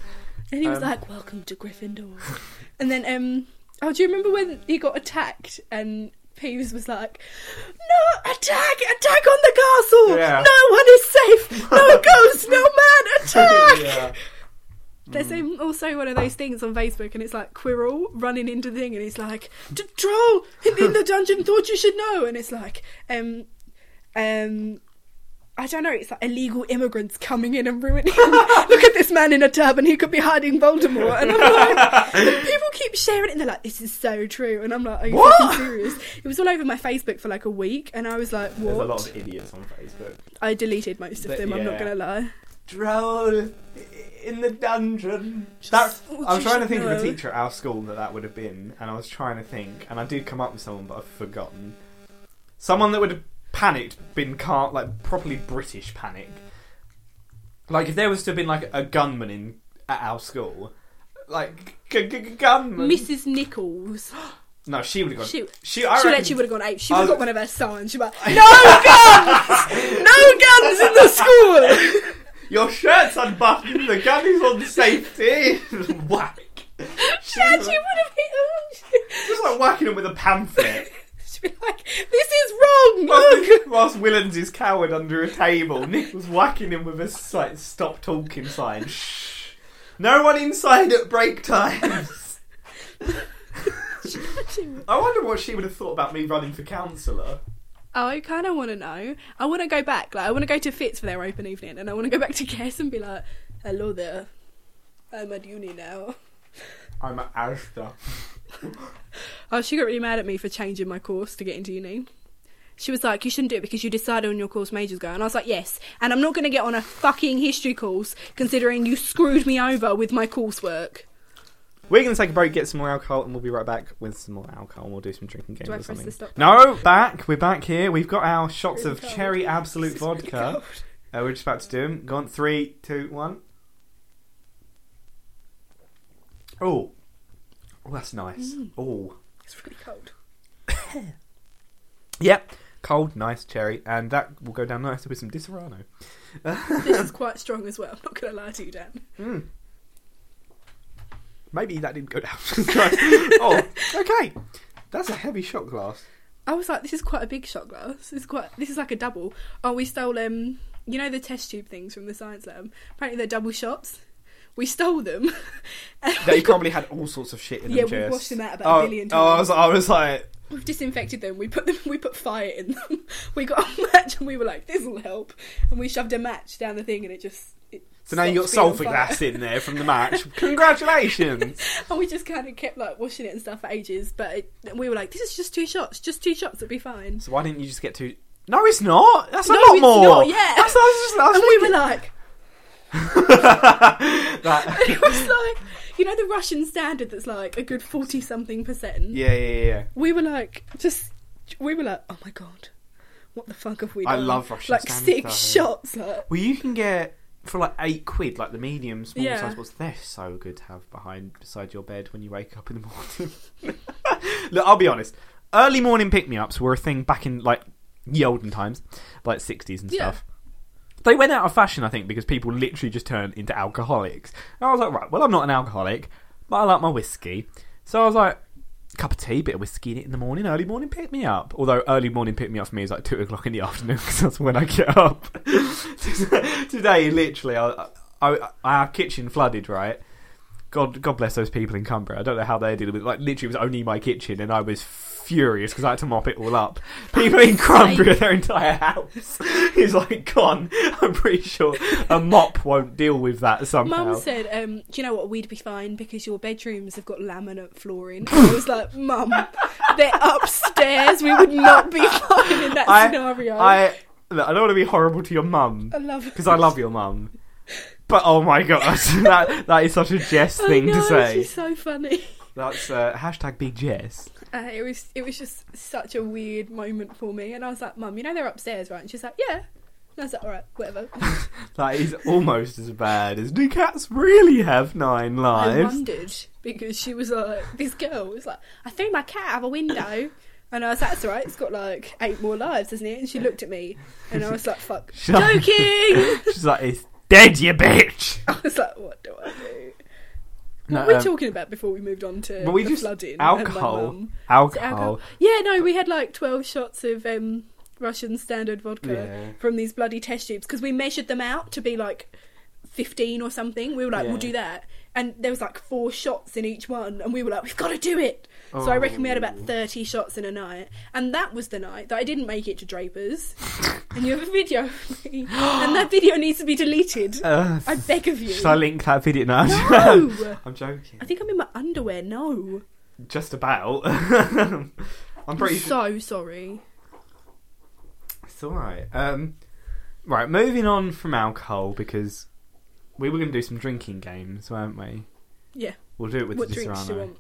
Speaker 2: And he was
Speaker 1: Um,
Speaker 2: like, Welcome to Gryffindor. and then, um, oh, do you remember when he got attacked and Peeves was like, No, attack, attack on the castle!
Speaker 1: Yeah.
Speaker 2: No one is safe! No ghost, no man, attack!
Speaker 1: yeah.
Speaker 2: There's
Speaker 1: Mm.
Speaker 2: um, also one of those things on Facebook, and it's like Quirrell running into the thing, and it's like, "D- "Troll in, in the dungeon thought you should know," and it's like, um, um, I don't know. It's like illegal immigrants coming in and ruining. Look at this man in a turban; he could be hiding Voldemort. And I'm like, and people keep sharing it, and they're like, "This is so true," and I'm like, "Are you
Speaker 1: What?
Speaker 2: fucking serious?" It was all over my Facebook for like a week, and I was like,
Speaker 1: There's a
Speaker 2: "What?"
Speaker 1: lot of idiots on Facebook.
Speaker 2: I deleted most of
Speaker 1: But-
Speaker 2: them. I'm
Speaker 1: yeah.
Speaker 2: not gonna lie.
Speaker 1: Droll in the dungeon.
Speaker 2: Just
Speaker 1: That,
Speaker 2: thought
Speaker 1: I was
Speaker 2: you
Speaker 1: trying to
Speaker 2: should
Speaker 1: think of a
Speaker 2: know.
Speaker 1: teacher at our school that that would have been, and I was trying to think, and I did come up with someone, but I've forgotten. Someone that would have panicked, been car like properly British panic. Like if there was to have been like a gunman in at our school, like g- g- g- gunman.
Speaker 2: Mrs. Nichols.
Speaker 1: no, she would have gone. She,
Speaker 2: She-
Speaker 1: I
Speaker 2: She
Speaker 1: reckon,
Speaker 2: actually would have gone ape. She
Speaker 1: I
Speaker 2: would have
Speaker 1: was-
Speaker 2: got one of her signs. She'd be like, "No guns! no guns in the school!"
Speaker 1: Your shirt's unbuttoned. the gun is on safety. Whack. She
Speaker 2: And
Speaker 1: was like,
Speaker 2: she would have hit her.
Speaker 1: just like whacking him with a pamphlet.
Speaker 2: She'd be like, "This is wrong. Look."
Speaker 1: Whilst, whilst Willens is cowered under a table, Nick was whacking him with a s- like, stop talking sign. Shh. No one inside at break times. I wonder what she would have thought about me running for councillor.
Speaker 2: Oh, I kind of want to know. I want to go back. Like, I want to go to Fitz for their open evening, and I want to go back to Guess and be like, "Hello there. I'm at uni now."
Speaker 1: I'm at Asda.
Speaker 2: Oh, she got really mad at me for changing my course to get into uni. She was like, "You shouldn't do it because you decided on your course majors go." And I was like, "Yes, and I'm not going to get on a fucking history course considering you screwed me over with my coursework."
Speaker 1: We're going to take a break, get some more alcohol, and we'll be right back with some more alcohol. and We'll do some drinking games
Speaker 2: Do I
Speaker 1: or
Speaker 2: press
Speaker 1: something.
Speaker 2: the stop
Speaker 1: No, back. We're back here. We've got our shots
Speaker 2: Really
Speaker 1: of
Speaker 2: cold.
Speaker 1: cherry absolute
Speaker 2: This is really
Speaker 1: vodka.
Speaker 2: cold.
Speaker 1: Uh, we're just about to do them. Go on, three, two, one. Oh, oh, that's nice.
Speaker 2: Mm.
Speaker 1: Oh,
Speaker 2: It's really cold.
Speaker 1: yep, cold, nice cherry, and that will go down nicely with some Disaronno.
Speaker 2: This is quite strong as well. I'm not going to lie to you, Dan.
Speaker 1: Mm. Maybe that didn't go down. oh, okay. That's a heavy shot glass.
Speaker 2: I was like, this is quite a big shot glass. This is quite. This is like a double. Oh, we stole um, you know the test tube things from the science lab. Apparently they're double shots. We stole them. And
Speaker 1: They
Speaker 2: we got-
Speaker 1: probably had all sorts of shit in
Speaker 2: Yeah,
Speaker 1: them
Speaker 2: we've
Speaker 1: chairs.
Speaker 2: washed them out about a
Speaker 1: oh,
Speaker 2: billion
Speaker 1: Oh, I was, I was like,
Speaker 2: We've disinfected them. We put them. We put fire in them. We got a match and we were like, this will help. And we shoved a match down the thing and it just. It
Speaker 1: so now you got
Speaker 2: stopped
Speaker 1: sulfur
Speaker 2: being on
Speaker 1: glass
Speaker 2: fire.
Speaker 1: in there from the match. Congratulations.
Speaker 2: And we just kind of kept like washing it and stuff for ages. But it, and we were like, this is just two shots. Just two shots. It'll be fine.
Speaker 1: So why didn't you just get two? No, it's not. That's a
Speaker 2: No,
Speaker 1: lot
Speaker 2: it's
Speaker 1: more.
Speaker 2: not, yeah.
Speaker 1: That's, that's just, that's
Speaker 2: and we were like,
Speaker 1: that.
Speaker 2: it was like, you know, the Russian standard that's like a good forty something percent.
Speaker 1: Yeah, yeah, yeah.
Speaker 2: we were like just we were like oh my god what the fuck have we
Speaker 1: I
Speaker 2: done
Speaker 1: love Russian
Speaker 2: like
Speaker 1: standard
Speaker 2: six
Speaker 1: stuff.
Speaker 2: shots like,
Speaker 1: Well, you can get for like eight quid, like the medium, small
Speaker 2: Yeah.
Speaker 1: size ones. They're so good to have behind beside your bed when you wake up in the morning. Look, I'll be honest. Early morning pick me ups were a thing back in like the olden times, like sixties and
Speaker 2: Yeah.
Speaker 1: stuff. They went out of fashion, I think, because people literally just turned into alcoholics. And I was like, right, well, I'm not an alcoholic, but I like my whiskey. So I was like, cup of tea, bit of whiskey in it in the morning, early morning pick me up. Although early morning pick me up for me is like two o'clock in the afternoon because that's when I get up. Today, literally, I, I, I, our kitchen flooded, right? God, God bless those people in Cumbria. I don't know how they're dealing with. it. Like, literally, it was only my kitchen, and I was furious because I had to mop it all up. People in Cumbria, their entire house is like gone. I'm pretty sure a mop won't deal with that somehow.
Speaker 2: mum said um, do you know what we'd be fine because your bedrooms have got laminate flooring i was like mum they're upstairs we would not be fine in that
Speaker 1: I-
Speaker 2: scenario
Speaker 1: I, look, I don't want to be horrible to your mum
Speaker 2: I love it
Speaker 1: because I love your mum. But oh my god, that that is such a Jess
Speaker 2: I
Speaker 1: thing to
Speaker 2: know,
Speaker 1: say.
Speaker 2: she's so funny
Speaker 1: That's uh, hashtag Big Jess.
Speaker 2: uh, it was it was just such a weird moment for me and i was like mum you know they're upstairs right and she's like yeah and i was like all right whatever
Speaker 1: That is almost as bad as do cats really have nine
Speaker 2: I
Speaker 1: lives?
Speaker 2: wondered because she was like, this girl was like, I threw my cat out of a window. And I was like, that's all right, it's got like eight more lives, isn't it? And she looked at me and I was like, fuck,
Speaker 1: Shut up.
Speaker 2: joking! I
Speaker 1: She's like, it's dead, you bitch.
Speaker 2: was like, what do I do?
Speaker 1: No,
Speaker 2: what were we
Speaker 1: um,
Speaker 2: talking about before we moved on to
Speaker 1: but we
Speaker 2: the
Speaker 1: just-
Speaker 2: flooding? and my
Speaker 1: alcohol,
Speaker 2: mum? Is it
Speaker 1: alcohol.
Speaker 2: Yeah, no, we had like 12 shots of um, Russian standard vodka
Speaker 1: Yeah.
Speaker 2: from these bloody test tubes because we measured them out to be like 15 or something. We were like,
Speaker 1: Yeah.
Speaker 2: we'll do that. And there was like four shots in each one, and we were like, we've got to do it. So I reckon we had about
Speaker 1: Oh.
Speaker 2: 30 shots in a night. And that was the night that I didn't make it to Draper's. and you have a video of me. And that video needs to be deleted.
Speaker 1: Uh,
Speaker 2: I beg of you.
Speaker 1: should I link that video now?
Speaker 2: No!
Speaker 1: I'm joking.
Speaker 2: I think I'm in my underwear. No.
Speaker 1: Just about. I'm
Speaker 2: I'm
Speaker 1: pretty sure.
Speaker 2: so sorry.
Speaker 1: It's all right. Um, right, moving on from alcohol because we were going to do some drinking games, weren't we?
Speaker 2: Yeah.
Speaker 1: We'll do it with
Speaker 2: what
Speaker 1: the
Speaker 2: drinks do
Speaker 1: Disaronno.
Speaker 2: you want?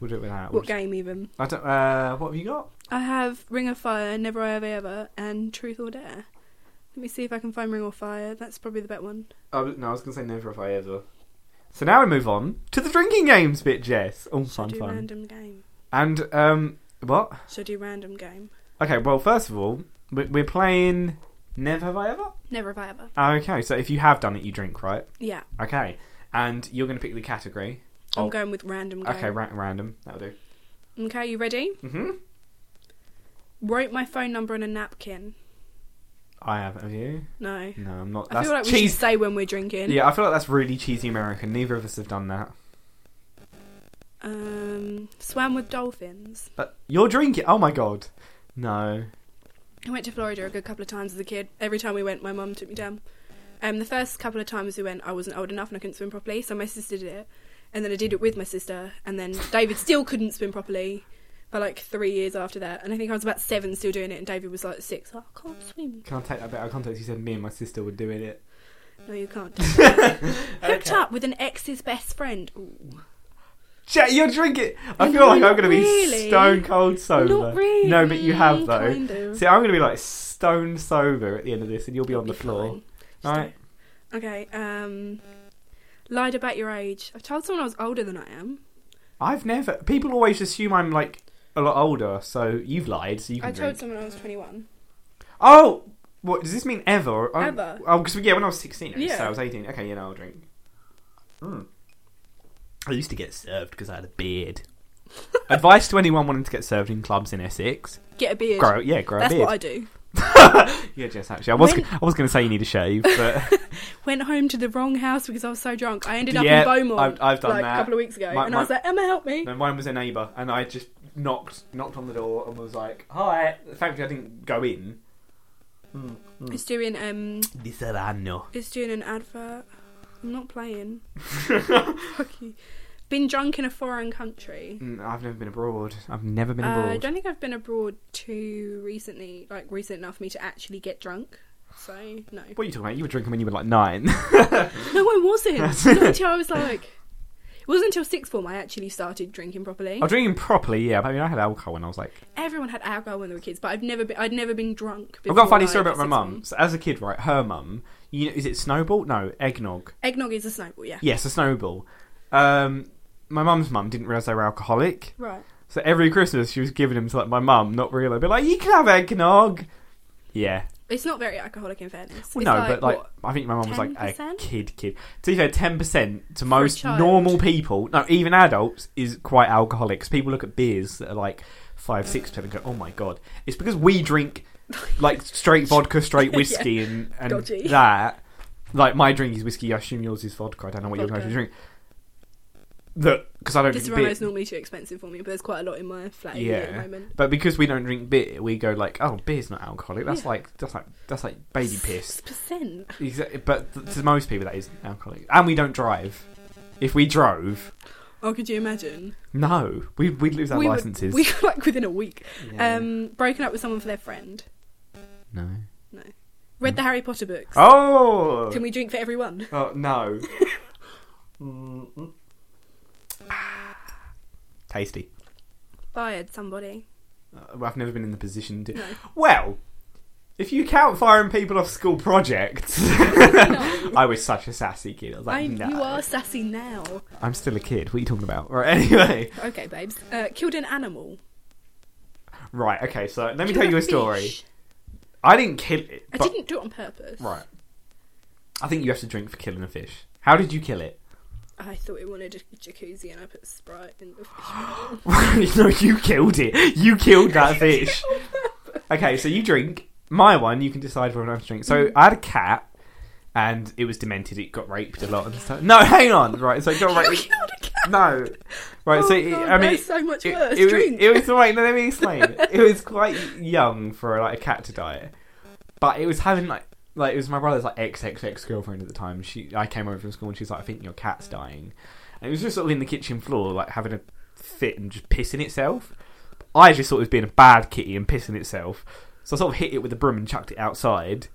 Speaker 1: We'll do it with that. We'll
Speaker 2: What game, even?
Speaker 1: just- I don't. Uh, what have you got?
Speaker 2: I have Ring of Fire, Never I Ever Ever, and Truth or Dare. Let me see if I can find Ring or Fire. That's probably the better one.
Speaker 1: Oh, no, I was going to say never if I ever. So now we move on to the drinking games bit, Jess. All
Speaker 2: Should I
Speaker 1: fun,
Speaker 2: do
Speaker 1: fun.
Speaker 2: random game?
Speaker 1: And um, what?
Speaker 2: Should I do random game?
Speaker 1: Okay, well, first of all, we- we're playing never have I ever.
Speaker 2: Never have I ever.
Speaker 1: Okay, so if you have done it, you drink, right?
Speaker 2: Yeah,
Speaker 1: Okay, and you're going to pick the category.
Speaker 2: I'm
Speaker 1: Oh.
Speaker 2: going with random game.
Speaker 1: Okay, ra- random. That'll do.
Speaker 2: Okay, you ready?
Speaker 1: Mm-hmm.
Speaker 2: Wrote my phone number on a napkin.
Speaker 1: I have. Have you?
Speaker 2: No.
Speaker 1: No, I'm not.
Speaker 2: I
Speaker 1: That's
Speaker 2: feel like we
Speaker 1: cheese.
Speaker 2: should say when we're drinking.
Speaker 1: Yeah, I feel like that's really cheesy American. Neither of us have done that.
Speaker 2: Um, swam with dolphins.
Speaker 1: But you're drinking. Oh my god. No.
Speaker 2: I went to Florida a good couple of times as a kid. Every time we went, my mum took me down. Um, the first couple of times we went, I wasn't old enough and I couldn't swim properly, so my sister did it. And then I did it with my sister, and then David still couldn't swim properly for like three years after that. And I think I was about seven still doing it, and David was like six. Like, I can't swim.
Speaker 1: Can I take that bit out of context? You said me and my sister were doing it.
Speaker 2: No, you can't. Hooked up with an ex's best friend. Ooh.
Speaker 1: Jet, you're drinking. I
Speaker 2: No,
Speaker 1: feel like I'm
Speaker 2: not
Speaker 1: going to be
Speaker 2: really.
Speaker 1: stone cold sober.
Speaker 2: Not really.
Speaker 1: No, but you have though.
Speaker 2: Kind of.
Speaker 1: See, I'm going to be like stone sober at the end of this, and you'll be
Speaker 2: It'll
Speaker 1: on the
Speaker 2: be
Speaker 1: floor.
Speaker 2: fine.
Speaker 1: Alright.
Speaker 2: Okay. Um, lied about your age. I've told someone I was older than I am.
Speaker 1: I've never. People always assume I'm like a lot older, so you've lied, so you can.
Speaker 2: I told
Speaker 1: drink.
Speaker 2: someone I was 21.
Speaker 1: Oh, what does this mean? Ever? Oh,
Speaker 2: Ever.
Speaker 1: Oh, because yeah, when I was sixteen, I
Speaker 2: Yeah.
Speaker 1: so I was eighteen. Okay, yeah, no, I'll drink. Hmm. I used to get served because I had a beard. Advice to anyone wanting to get served in clubs in Essex:
Speaker 2: Get a beard.
Speaker 1: grow, yeah, grow
Speaker 2: That's
Speaker 1: a beard.
Speaker 2: what I do.
Speaker 1: yeah, Jess. Actually, I was
Speaker 2: When-
Speaker 1: I was going to say you need a shave, but
Speaker 2: Went home to the wrong house because I was so drunk. I ended up
Speaker 1: Yeah,
Speaker 2: in Beaumont
Speaker 1: I've- I've done
Speaker 2: like,
Speaker 1: that.
Speaker 2: a couple of weeks ago,
Speaker 1: My-
Speaker 2: and
Speaker 1: my-
Speaker 2: I was like, "Emma, help me."
Speaker 1: no, mine was a neighbour, and I just knocked knocked on the door and was like, "Hi." Thankfully, I didn't go in.
Speaker 2: It's doing um,
Speaker 1: This anno.
Speaker 2: it's doing an advert. I'm not playing.
Speaker 1: Mm,
Speaker 2: Fuck you. Been drunk in a foreign country.
Speaker 1: I've never been abroad. I've never been
Speaker 2: Uh, I
Speaker 1: abroad.
Speaker 2: don't think I've been abroad too recently, like recent enough for me to actually get drunk. So no,
Speaker 1: what are you talking about? You were drinking when you were like nine.
Speaker 2: no, I wasn't. Not until I was like, it wasn't until sixth form I actually started drinking
Speaker 1: I
Speaker 2: properly.
Speaker 1: was drinking properly, yeah. but I mean, I had alcohol when I was like.
Speaker 2: Everyone had alcohol when they were kids, but I've never been. I'd never been drunk.
Speaker 1: I've got a
Speaker 2: before,
Speaker 1: funny story
Speaker 2: like,
Speaker 1: about my
Speaker 2: sixth
Speaker 1: mum.
Speaker 2: form.
Speaker 1: So as a kid, right, her mum, you know, is it Snowball? No, eggnog.
Speaker 2: Eggnog is a snowball, yeah.
Speaker 1: Yes, a Snowball. Um, my mum's mum didn't realise they were alcoholic,
Speaker 2: Right.
Speaker 1: so every Christmas she was giving them to like my mum, not realising. But like, you can have eggnog. Yeah,
Speaker 2: It's not very alcoholic in fairness.
Speaker 1: well,
Speaker 2: It's
Speaker 1: no, but like
Speaker 2: what?
Speaker 1: I think my mum was like a
Speaker 2: 10%?
Speaker 1: kid, kid. To be fair, ten percent to
Speaker 2: a
Speaker 1: most
Speaker 2: child.
Speaker 1: normal people, no, even adults, is quite alcoholic. 'Cause people look at beers that are like five, six percent and go, "Oh my god!" It's because we drink like straight vodka, straight whiskey, and and
Speaker 2: Dodgy.
Speaker 1: that. Like my drink is whiskey. I assume yours is vodka. I don't know what you're going
Speaker 2: Vodka.
Speaker 1: to drink. That because I don't drink beer.
Speaker 2: Disaronno's normally too expensive for me, but there's quite a lot in my flat area at the
Speaker 1: Yeah,
Speaker 2: moment.
Speaker 1: but because we don't drink beer, we go like, "Oh, beer's not alcoholic. That's
Speaker 2: Yeah.
Speaker 1: like that's like that's like baby piss."
Speaker 2: Six percent.
Speaker 1: Exactly, but th- to most people that is alcoholic. And we don't drive. If we drove,
Speaker 2: Oh, could you imagine?
Speaker 1: no, we we'd lose our
Speaker 2: we
Speaker 1: licenses.
Speaker 2: Would, we were like within a week.
Speaker 1: Yeah.
Speaker 2: Um, broken up with someone for their friend.
Speaker 1: no.
Speaker 2: Read the Harry Potter books.
Speaker 1: Mm. Oh,
Speaker 2: Can we drink for everyone?
Speaker 1: oh no. Mm. Ah. Tasty.
Speaker 2: Fired somebody.
Speaker 1: Uh, I've never been in the position to.
Speaker 2: No.
Speaker 1: Well, if you count firing people off school projects, I was such a sassy kid. I was like,
Speaker 2: I,
Speaker 1: no,
Speaker 2: You are sassy now.
Speaker 1: I'm still a kid. What are you talking about? Right. Anyway,
Speaker 2: Okay, babes. Uh, killed an animal.
Speaker 1: right. Okay. So let me
Speaker 2: Killed
Speaker 1: tell you a
Speaker 2: fish.
Speaker 1: story. I didn't kill it.
Speaker 2: I
Speaker 1: but-
Speaker 2: didn't do it on purpose.
Speaker 1: Right. I think you have to drink for killing a fish. How did you kill it?
Speaker 2: I thought it wanted a jacuzzi, and I put Sprite in the fish. bowl.
Speaker 1: no, you killed it. You killed that fish. okay, so you drink. My one, you can decide whether or not to drink.
Speaker 2: Mm.
Speaker 1: So I had a cat, and it was demented. It got raped a lot and stuff. No, hang on. Right, so it got
Speaker 2: I
Speaker 1: raped.
Speaker 2: killed a cat.
Speaker 1: No. Right, so
Speaker 2: Oh,
Speaker 1: it,
Speaker 2: God,
Speaker 1: I mean,
Speaker 2: that's so much
Speaker 1: it,
Speaker 2: worse.
Speaker 1: it was-
Speaker 2: Drink.
Speaker 1: it was right. Let me explain. it was quite young for like a cat to die, but it was having like like it was my brother's like ex ex ex girlfriend at the time. She I came over from school and she was like, I think your cat's dying, and it was just sort of in the kitchen floor like having a fit and just pissing itself. I just thought it was being a bad kitty and pissing itself, so I sort of hit it with a broom and chucked it outside,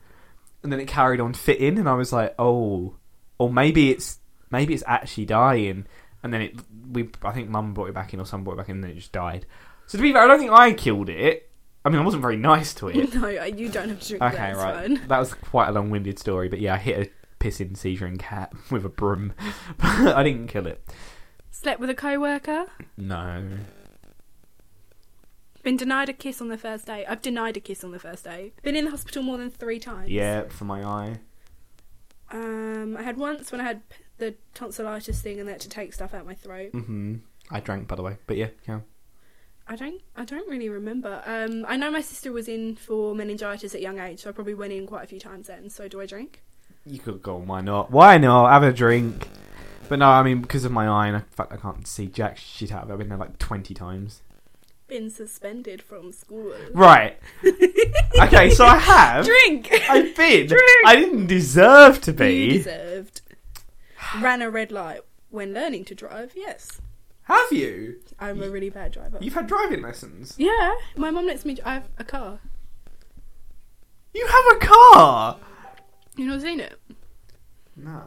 Speaker 1: and then it carried on fitting, and I was like, oh, or maybe it's maybe it's actually dying. And then it, we, I think Mum brought it back in, or someone brought it back in, and then it just died. So to be fair, I don't think I killed it. I mean, I wasn't very nice to it.
Speaker 2: No, I- you don't have to drink. that,
Speaker 1: okay,
Speaker 2: it's
Speaker 1: right.
Speaker 2: fine.
Speaker 1: That was quite a long-winded story, but yeah, I hit a pissing, seizing cat with a broom. I didn't kill it.
Speaker 2: Slept with a coworker.
Speaker 1: No.
Speaker 2: Been denied a kiss on the first date. I've denied a kiss on the first date. Been in the hospital more than three times.
Speaker 1: Yeah, for my eye.
Speaker 2: Um, I had once when I had p- the tonsillitis thing and they had to take stuff out my throat.
Speaker 1: Mm-hmm. I drank, by the way. But yeah, yeah.
Speaker 2: I don't, I don't really remember. Um, I know my sister was in for meningitis at a young age, so I probably went in quite a few times then. So do I drink?
Speaker 1: You could go. Why not? Why not? Have a drink. But no, I mean, because of my eye, and the fact I can't see jack shit out of it. I've been there like twenty times.
Speaker 2: Been suspended from school.
Speaker 1: Right. okay, so I have.
Speaker 2: Drink.
Speaker 1: I've been.
Speaker 2: Drink.
Speaker 1: I didn't deserve to be.
Speaker 2: You deserved. Ran a red light when learning to drive. Yes,
Speaker 1: Have you?
Speaker 2: I'm a really bad driver.
Speaker 1: You've had driving lessons.
Speaker 2: Yeah, my mum lets me. I have a car.
Speaker 1: You have a car.
Speaker 2: You not seen it?
Speaker 1: No.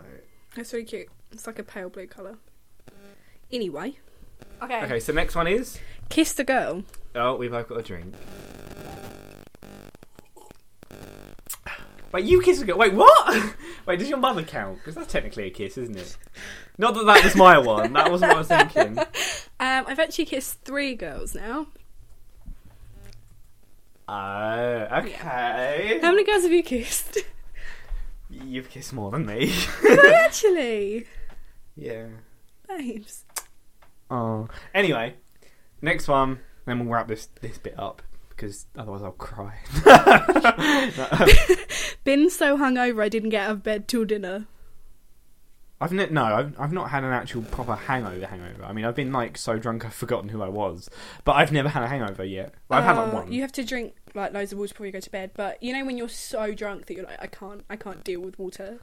Speaker 2: It's really cute. It's like a pale blue colour. Anyway. Okay.
Speaker 1: Okay, so next one is.
Speaker 2: Kissed a girl.
Speaker 1: Oh, we've both got a drink. Wait, you kissed a girl. Wait, what? Wait, does your mother count? Because that's technically a kiss, isn't it? Not that that was my one. That wasn't what I was thinking.
Speaker 2: Um, I've actually kissed three girls now.
Speaker 1: Oh, okay.
Speaker 2: How many girls have you kissed?
Speaker 1: You've kissed more than me.
Speaker 2: actually,
Speaker 1: yeah.
Speaker 2: babes.
Speaker 1: Oh. Anyway, next one, then we'll wrap this this bit up because otherwise I'll cry.
Speaker 2: Been so hungover I didn't get out of bed till dinner.
Speaker 1: I've ne- no, I've, I've not had an actual proper hangover. Hangover. I mean, I've been like so drunk I've forgotten who I was, but I've never had a hangover yet. Well, I've had like
Speaker 2: Uh,
Speaker 1: one.
Speaker 2: You have to drink like loads of water before you go to bed, but you know when you're so drunk that you're like, I can't, I can't deal with water.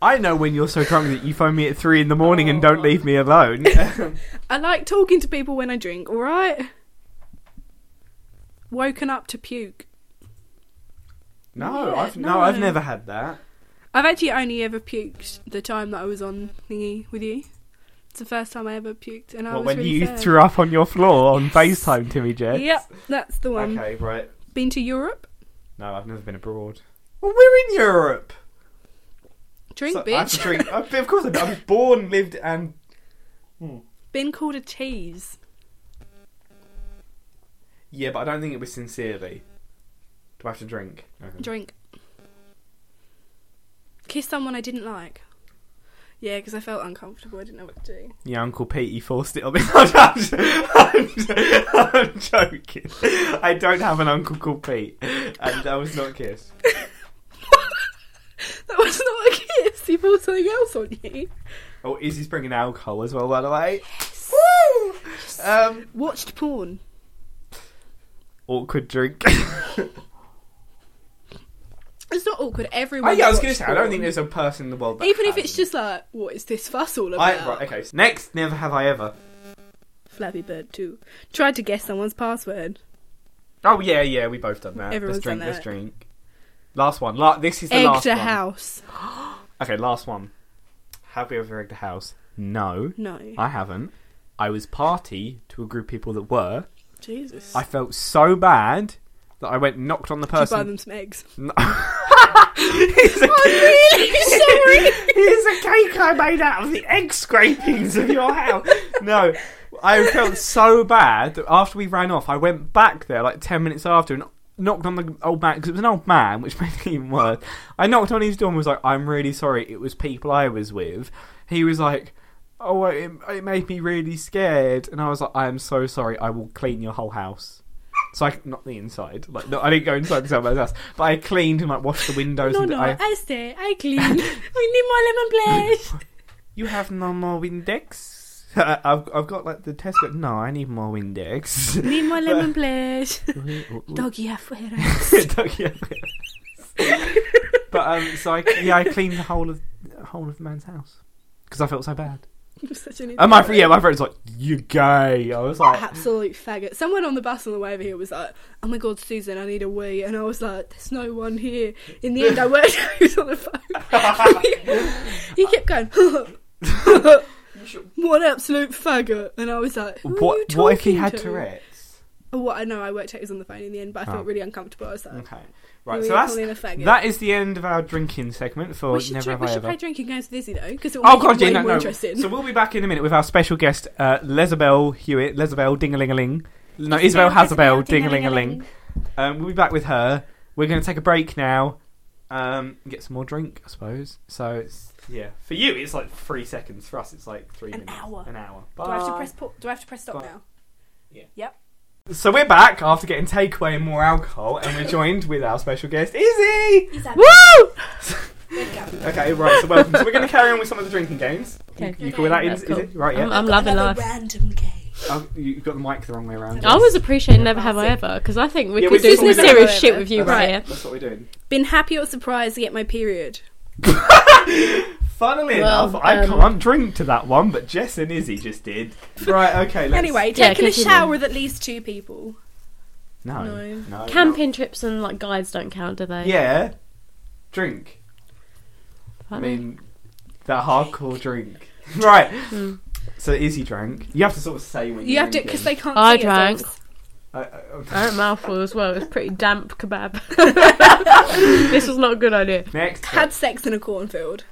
Speaker 1: I know when you're so drunk that you phone me at three in the morning and don't
Speaker 2: Oh.
Speaker 1: leave me alone.
Speaker 2: I like talking to people when I drink. All right. Woken up to puke.
Speaker 1: no,
Speaker 2: Yeah,
Speaker 1: I've no.
Speaker 2: no.
Speaker 1: I've never had that.
Speaker 2: I've actually only ever puked the time that I was on thingy with you. It's the first time I ever puked, and I
Speaker 1: Well,
Speaker 2: was
Speaker 1: when
Speaker 2: really
Speaker 1: you
Speaker 2: sad.
Speaker 1: threw up on your floor on FaceTime, Timmy Jet.
Speaker 2: Yep, that's the one.
Speaker 1: Okay, right.
Speaker 2: Been to Europe.
Speaker 1: No, I've never been abroad. Well, we're in Europe.
Speaker 2: Drink,
Speaker 1: So- I have to
Speaker 2: bitch.
Speaker 1: drink. I- of course, I do. I was born, lived, and
Speaker 2: Been called a tease.
Speaker 1: yeah, but I don't think it was sincerely. Do I have to drink? Okay.
Speaker 2: Drink. Kiss someone I didn't like. Yeah, because I felt uncomfortable. I didn't know what to do.
Speaker 1: Yeah, Uncle Pete, you forced it on me. I'm, just- I'm, just- I'm joking. I don't have an uncle called Pete, and I was not kissed.
Speaker 2: That was not a kiss. He pulled something else on you.
Speaker 1: Oh, Izzy's bringing alcohol as well, by the way. Woo! Um,
Speaker 2: Watched porn.
Speaker 1: awkward drink. Oh,
Speaker 2: It's not awkward. Everyone.
Speaker 1: I, Oh, yeah, I was going to
Speaker 2: watched
Speaker 1: say, I don't
Speaker 2: porn.
Speaker 1: think there's a person in the world that
Speaker 2: Even if it's
Speaker 1: hasn't.
Speaker 2: just like, what is this fuss all about?
Speaker 1: I, right, okay. so next, never have I ever.
Speaker 2: Flappy Bird 2. Tried to guess someone's password.
Speaker 1: Oh yeah, yeah, we both done that.
Speaker 2: Everyone's
Speaker 1: let's drink,
Speaker 2: done
Speaker 1: let's
Speaker 2: that.
Speaker 1: drink. Last one. La- this is the
Speaker 2: Egg
Speaker 1: last
Speaker 2: to
Speaker 1: one.
Speaker 2: house.
Speaker 1: Okay, last one. Have we ever egged a house? No,
Speaker 2: No.
Speaker 1: I haven't. I was party to a group of people that were.
Speaker 2: Jesus.
Speaker 1: I felt so bad that I went and knocked on the
Speaker 2: Did you buy
Speaker 1: person.
Speaker 2: them Oh, some eggs?
Speaker 1: No. Here's a-
Speaker 2: really sorry.
Speaker 1: Here's a cake I made out of the egg scrapings of your house. No, I felt so bad that after we ran off, I went back there like 10 minutes after and knocked on the old man because it was an old man, which made it even worse. I knocked on his door and was like, I'm really sorry, it was people I was with. He was like, Oh, it, it made me really scared. And I was like, I am so sorry, I will clean your whole house. So I not the inside, like no, I didn't go inside somebody's house, but I cleaned and like washed the windows.
Speaker 2: No,
Speaker 1: and
Speaker 2: no,
Speaker 1: I,
Speaker 2: I, stay. I clean. we need more lemon, please.
Speaker 1: You have no more Windex? I've, I've got like the test, but no, I need more Windex.
Speaker 2: need more lemon, please. Doggy afuera.
Speaker 1: Dog, yeah. but um, so I, yeah, I cleaned the whole of whole of the man's house because I felt so bad.
Speaker 2: I'm such an
Speaker 1: And my
Speaker 2: idiot.
Speaker 1: fr- yeah, my friend's like, "You gay?" I was like,
Speaker 2: Absolute faggot. Someone on the bus on the way over here was like, "Oh my god, Susan, I need a wee," and I was like, "There's no one here." In the end, I worked out who's on the phone. he kept going, "What an absolute faggot," and I was like, Who Are you
Speaker 1: "What?
Speaker 2: talking
Speaker 1: What if he had
Speaker 2: to?
Speaker 1: Tourette's?"
Speaker 2: Oh, what? I know. I worked out who's on the phone in the end, but I felt
Speaker 1: Oh.
Speaker 2: really uncomfortable. I was like,
Speaker 1: Okay,
Speaker 2: "Who
Speaker 1: right.
Speaker 2: are
Speaker 1: So
Speaker 2: you
Speaker 1: that's
Speaker 2: calling a faggot?"
Speaker 1: that is the end of our drinking segment for
Speaker 2: we should,
Speaker 1: Never
Speaker 2: drink-
Speaker 1: Have
Speaker 2: we
Speaker 1: I
Speaker 2: should
Speaker 1: Ever.
Speaker 2: play drinking games with Izzy though, because it will
Speaker 1: Oh
Speaker 2: make
Speaker 1: god,
Speaker 2: it
Speaker 1: yeah,
Speaker 2: way
Speaker 1: no,
Speaker 2: more
Speaker 1: no.
Speaker 2: interesting.
Speaker 1: So we'll be back in a minute with our special guest, uh, Lesabel Hewitt, Lesabel Dingalingaling. No, Isabel Hasabel Dingalingaling. Um, we'll be back with her. We're going to take a break now. Um, and get some more drink, I suppose. So it's yeah. For you, it's like three seconds. For us, it's like three
Speaker 2: An
Speaker 1: minutes.
Speaker 2: hour.
Speaker 1: An hour.
Speaker 2: Do I have to
Speaker 1: Bye.
Speaker 2: press? pa- Do I have to press stop
Speaker 1: Bye.
Speaker 2: now?
Speaker 1: Yeah.
Speaker 2: Yep.
Speaker 1: So we're back after getting takeaway and more alcohol, and we're joined with our special guest, Izzy.
Speaker 2: Woo!
Speaker 1: Okay, right. So welcome. so we're going to carry on with some of the drinking games.
Speaker 3: Okay.
Speaker 1: You cool with that? Is,
Speaker 3: That's
Speaker 1: is it right? Yeah.
Speaker 3: I'm, I'm loving life.
Speaker 2: Random game.
Speaker 1: Oh, you've got the mic the wrong way around.
Speaker 3: I always appreciate Never Have I Ever because I think we
Speaker 1: Yeah, we
Speaker 3: could do
Speaker 1: thought we
Speaker 3: some
Speaker 1: were gonna
Speaker 3: serious
Speaker 2: go
Speaker 3: shit
Speaker 2: over.
Speaker 3: with you
Speaker 1: That's
Speaker 3: right
Speaker 1: it.
Speaker 3: here.
Speaker 1: That's what we're doing.
Speaker 2: Been happy or surprised to get my period?
Speaker 1: Funnily
Speaker 3: Well,
Speaker 1: enough, I
Speaker 3: um,
Speaker 1: can't drink to that one, but Jess and Izzy just did. Right, okay. Let's...
Speaker 2: Anyway,
Speaker 3: Yeah,
Speaker 2: taking a
Speaker 3: continue.
Speaker 2: shower with at least two people.
Speaker 1: no,
Speaker 2: no.
Speaker 1: no,
Speaker 3: Camping trips and like guides don't count, do
Speaker 1: no.
Speaker 3: they?
Speaker 1: Yeah, drink. I
Speaker 3: Funny.
Speaker 1: mean, that hardcore drink. right.
Speaker 3: Mm.
Speaker 1: So Izzy drank. You Uh, have to sort of say when
Speaker 2: You have to because they can't.
Speaker 3: I
Speaker 2: see
Speaker 3: drank.
Speaker 2: It, so it's-
Speaker 1: I, I,
Speaker 3: I had a mouthful as well. It was pretty damp kebab. this was not a good idea.
Speaker 1: Next
Speaker 2: Had sex in a cornfield.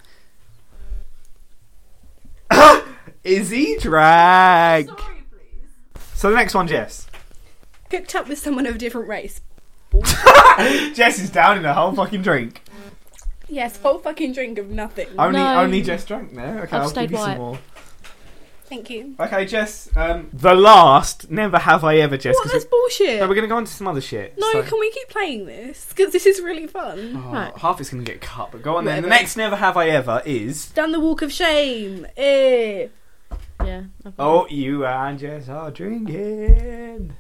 Speaker 1: Izzy Drag.
Speaker 4: Sorry, please.
Speaker 1: So the next one, Jess.
Speaker 2: Hooked up with someone of a different race.
Speaker 1: Jess is down in a whole fucking drink.
Speaker 2: Yes, whole fucking drink of nothing.
Speaker 1: Only
Speaker 3: No.
Speaker 1: only Jess drank there. Okay,
Speaker 3: I've
Speaker 1: will
Speaker 3: stayed
Speaker 1: give you some
Speaker 3: white.
Speaker 1: more.
Speaker 2: Thank you.
Speaker 1: Okay, Jess. Um, the last. Never have I ever, Jess.
Speaker 2: What?
Speaker 1: 'cause
Speaker 2: That's
Speaker 1: we-
Speaker 2: bullshit.
Speaker 1: no, we're gonna go on to some other shit.
Speaker 2: No,
Speaker 1: so-
Speaker 2: can we keep playing this? Because this is really fun.
Speaker 1: Oh,
Speaker 3: Right.
Speaker 1: Half it's gonna get cut, but go on then. The
Speaker 2: Whatever.
Speaker 1: next never have I ever is.
Speaker 2: Done the walk of shame. Eh.
Speaker 3: Yeah. I've-
Speaker 1: Oh, you and Jess are drinking.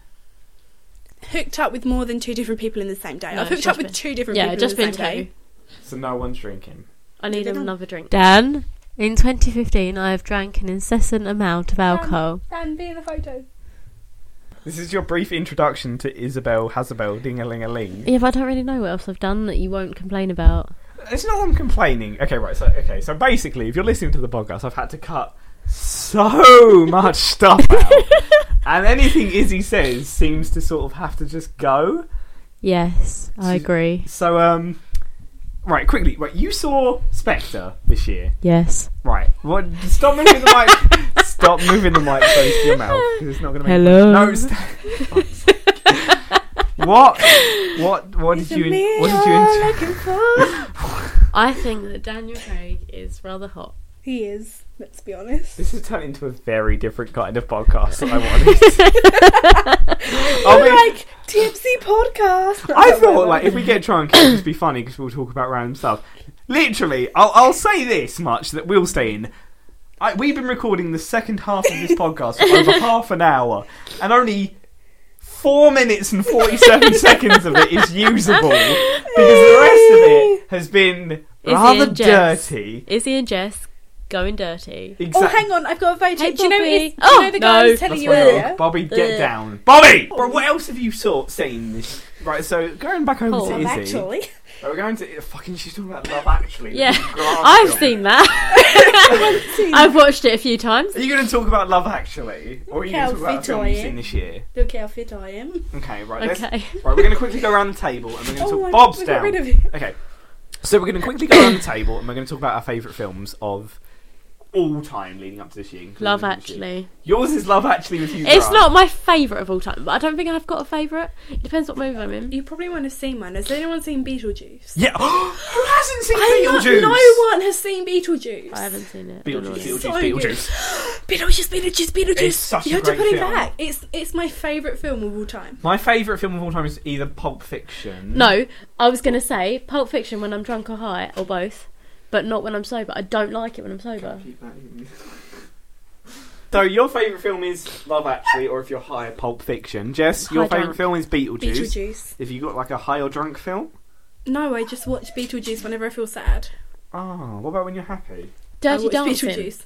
Speaker 2: Hooked up with more than two different people in the same day.
Speaker 3: No,
Speaker 2: I've hooked
Speaker 3: it's
Speaker 2: up
Speaker 3: just
Speaker 2: with two different
Speaker 3: Yeah,
Speaker 2: people
Speaker 3: just
Speaker 2: in
Speaker 3: been
Speaker 2: the
Speaker 3: two.
Speaker 2: same day.
Speaker 1: So no one's drinking.
Speaker 3: I need
Speaker 2: Did they not?
Speaker 3: another drink. Dan, in 2015, I have drank an incessant amount of alcohol.
Speaker 2: And be in the photo.
Speaker 1: This is your brief introduction to Isabel Hazabel Ding a Ling a Ling.
Speaker 3: Yeah, but I don't really know what else I've done that you won't complain about.
Speaker 1: It's not that I'm complaining. Okay, right. So okay. So basically, if you're listening to the podcast, I've had to cut so much stuff out, and anything Izzy says seems to sort of have to just go.
Speaker 3: Yes, I
Speaker 1: She's-
Speaker 3: agree.
Speaker 1: So um, right. Quickly, right. You saw Spectre this year,
Speaker 3: Yes.
Speaker 1: right? What? Stop moving the mic. stop moving the mic close to your mouth because it's not going to make.
Speaker 3: Hello.
Speaker 1: No. St- what? What? What did you? en- What did you? en-
Speaker 2: looking for?
Speaker 3: I think that Daniel Craig is rather hot.
Speaker 2: he is. Let's be honest.
Speaker 1: This has turned into a very different kind of podcast than I wanted. I, mean,
Speaker 2: like tipsy podcast.
Speaker 1: I thought like if we get drunk, it'll just be funny because we'll talk about random stuff. Literally, I'll, I'll say this much that we'll stay in. I, we've been recording the second half of this podcast for over half an hour, and only four minutes and forty-seven seconds of it is usable because the rest of it has been
Speaker 3: Izzy
Speaker 1: rather
Speaker 3: and Jess.
Speaker 1: dirty.
Speaker 3: Izzy and Jess going dirty.
Speaker 2: Oh,
Speaker 1: Exactly.
Speaker 2: hang on, I've got a photo.
Speaker 3: Hey,
Speaker 2: do you know?
Speaker 3: Bobby.
Speaker 2: Is, do
Speaker 3: Oh,
Speaker 2: you know the guy I
Speaker 3: no.
Speaker 2: was telling
Speaker 1: That's
Speaker 2: you
Speaker 1: my dog.
Speaker 2: earlier?
Speaker 1: Bobby, get
Speaker 3: Ugh.
Speaker 1: down. Bobby! But what else have you saw, seen this? Right, so going back over
Speaker 3: Oh.
Speaker 1: to
Speaker 2: Love
Speaker 1: Izzy.
Speaker 2: actually.
Speaker 1: Right, we're going to. Fucking, she's talking about Love Actually.
Speaker 3: Yeah.
Speaker 1: the glass
Speaker 3: I've
Speaker 1: film.
Speaker 3: seen that. I've watched it a few times.
Speaker 1: Are you going to talk about Love Actually? Or are you going to
Speaker 2: How
Speaker 1: talk about a
Speaker 2: fit
Speaker 1: film
Speaker 2: I
Speaker 1: you've
Speaker 2: am.
Speaker 1: seen this year?
Speaker 2: Look how fit I am.
Speaker 1: Okay, right. Let's, right,
Speaker 3: Okay.
Speaker 1: we're going to quickly go around the table and we're going to
Speaker 2: Oh
Speaker 1: talk.
Speaker 2: my
Speaker 1: Bob's
Speaker 2: we
Speaker 1: down.
Speaker 2: got rid of it.
Speaker 1: Okay. So we're going to quickly go around the table and we're going to talk about our favourite films of all time leading up to this year. including
Speaker 3: Love
Speaker 1: this year.
Speaker 3: Actually.
Speaker 1: Yours is Love Actually with you.
Speaker 3: It's
Speaker 1: Grant.
Speaker 3: not my favourite of all time, but I don't think I've got a favourite. It depends what movie I'm in.
Speaker 2: You probably won't have seen mine. Has anyone seen Beetlejuice?
Speaker 1: Yeah. Who hasn't seen
Speaker 2: I'm not-
Speaker 1: Beetlejuice?
Speaker 2: no one has seen Beetlejuice.
Speaker 3: I haven't seen it. I don't know
Speaker 1: Beetlejuice,
Speaker 3: what it
Speaker 1: Beetlejuice,
Speaker 3: is.
Speaker 2: So
Speaker 1: Beetlejuice.
Speaker 2: Beetlejuice, Beetlejuice, Beetlejuice.
Speaker 1: It's such
Speaker 2: you
Speaker 1: a
Speaker 2: have to
Speaker 1: great
Speaker 2: put it
Speaker 1: film.
Speaker 2: back. It's it's my favourite film of all time.
Speaker 1: My favourite film of all time is either Pulp Fiction.
Speaker 3: No, I was going to say Pulp Fiction when I'm drunk or high, or both, but not when I'm sober. I don't like it when I'm
Speaker 1: Oh,
Speaker 3: sober.
Speaker 1: So your favourite film is Love Actually, or if you're high, Pulp Fiction. Jess, your
Speaker 3: High
Speaker 1: favourite
Speaker 3: drunk.
Speaker 1: film is Beetlejuice.
Speaker 2: Beetlejuice.
Speaker 1: If you got like a high or drunk film.
Speaker 2: No, I just watch Beetlejuice whenever I feel sad.
Speaker 1: Ah, what about when you're happy?
Speaker 2: I
Speaker 3: Dirty
Speaker 2: watch
Speaker 3: Dancing.
Speaker 2: Beetlejuice.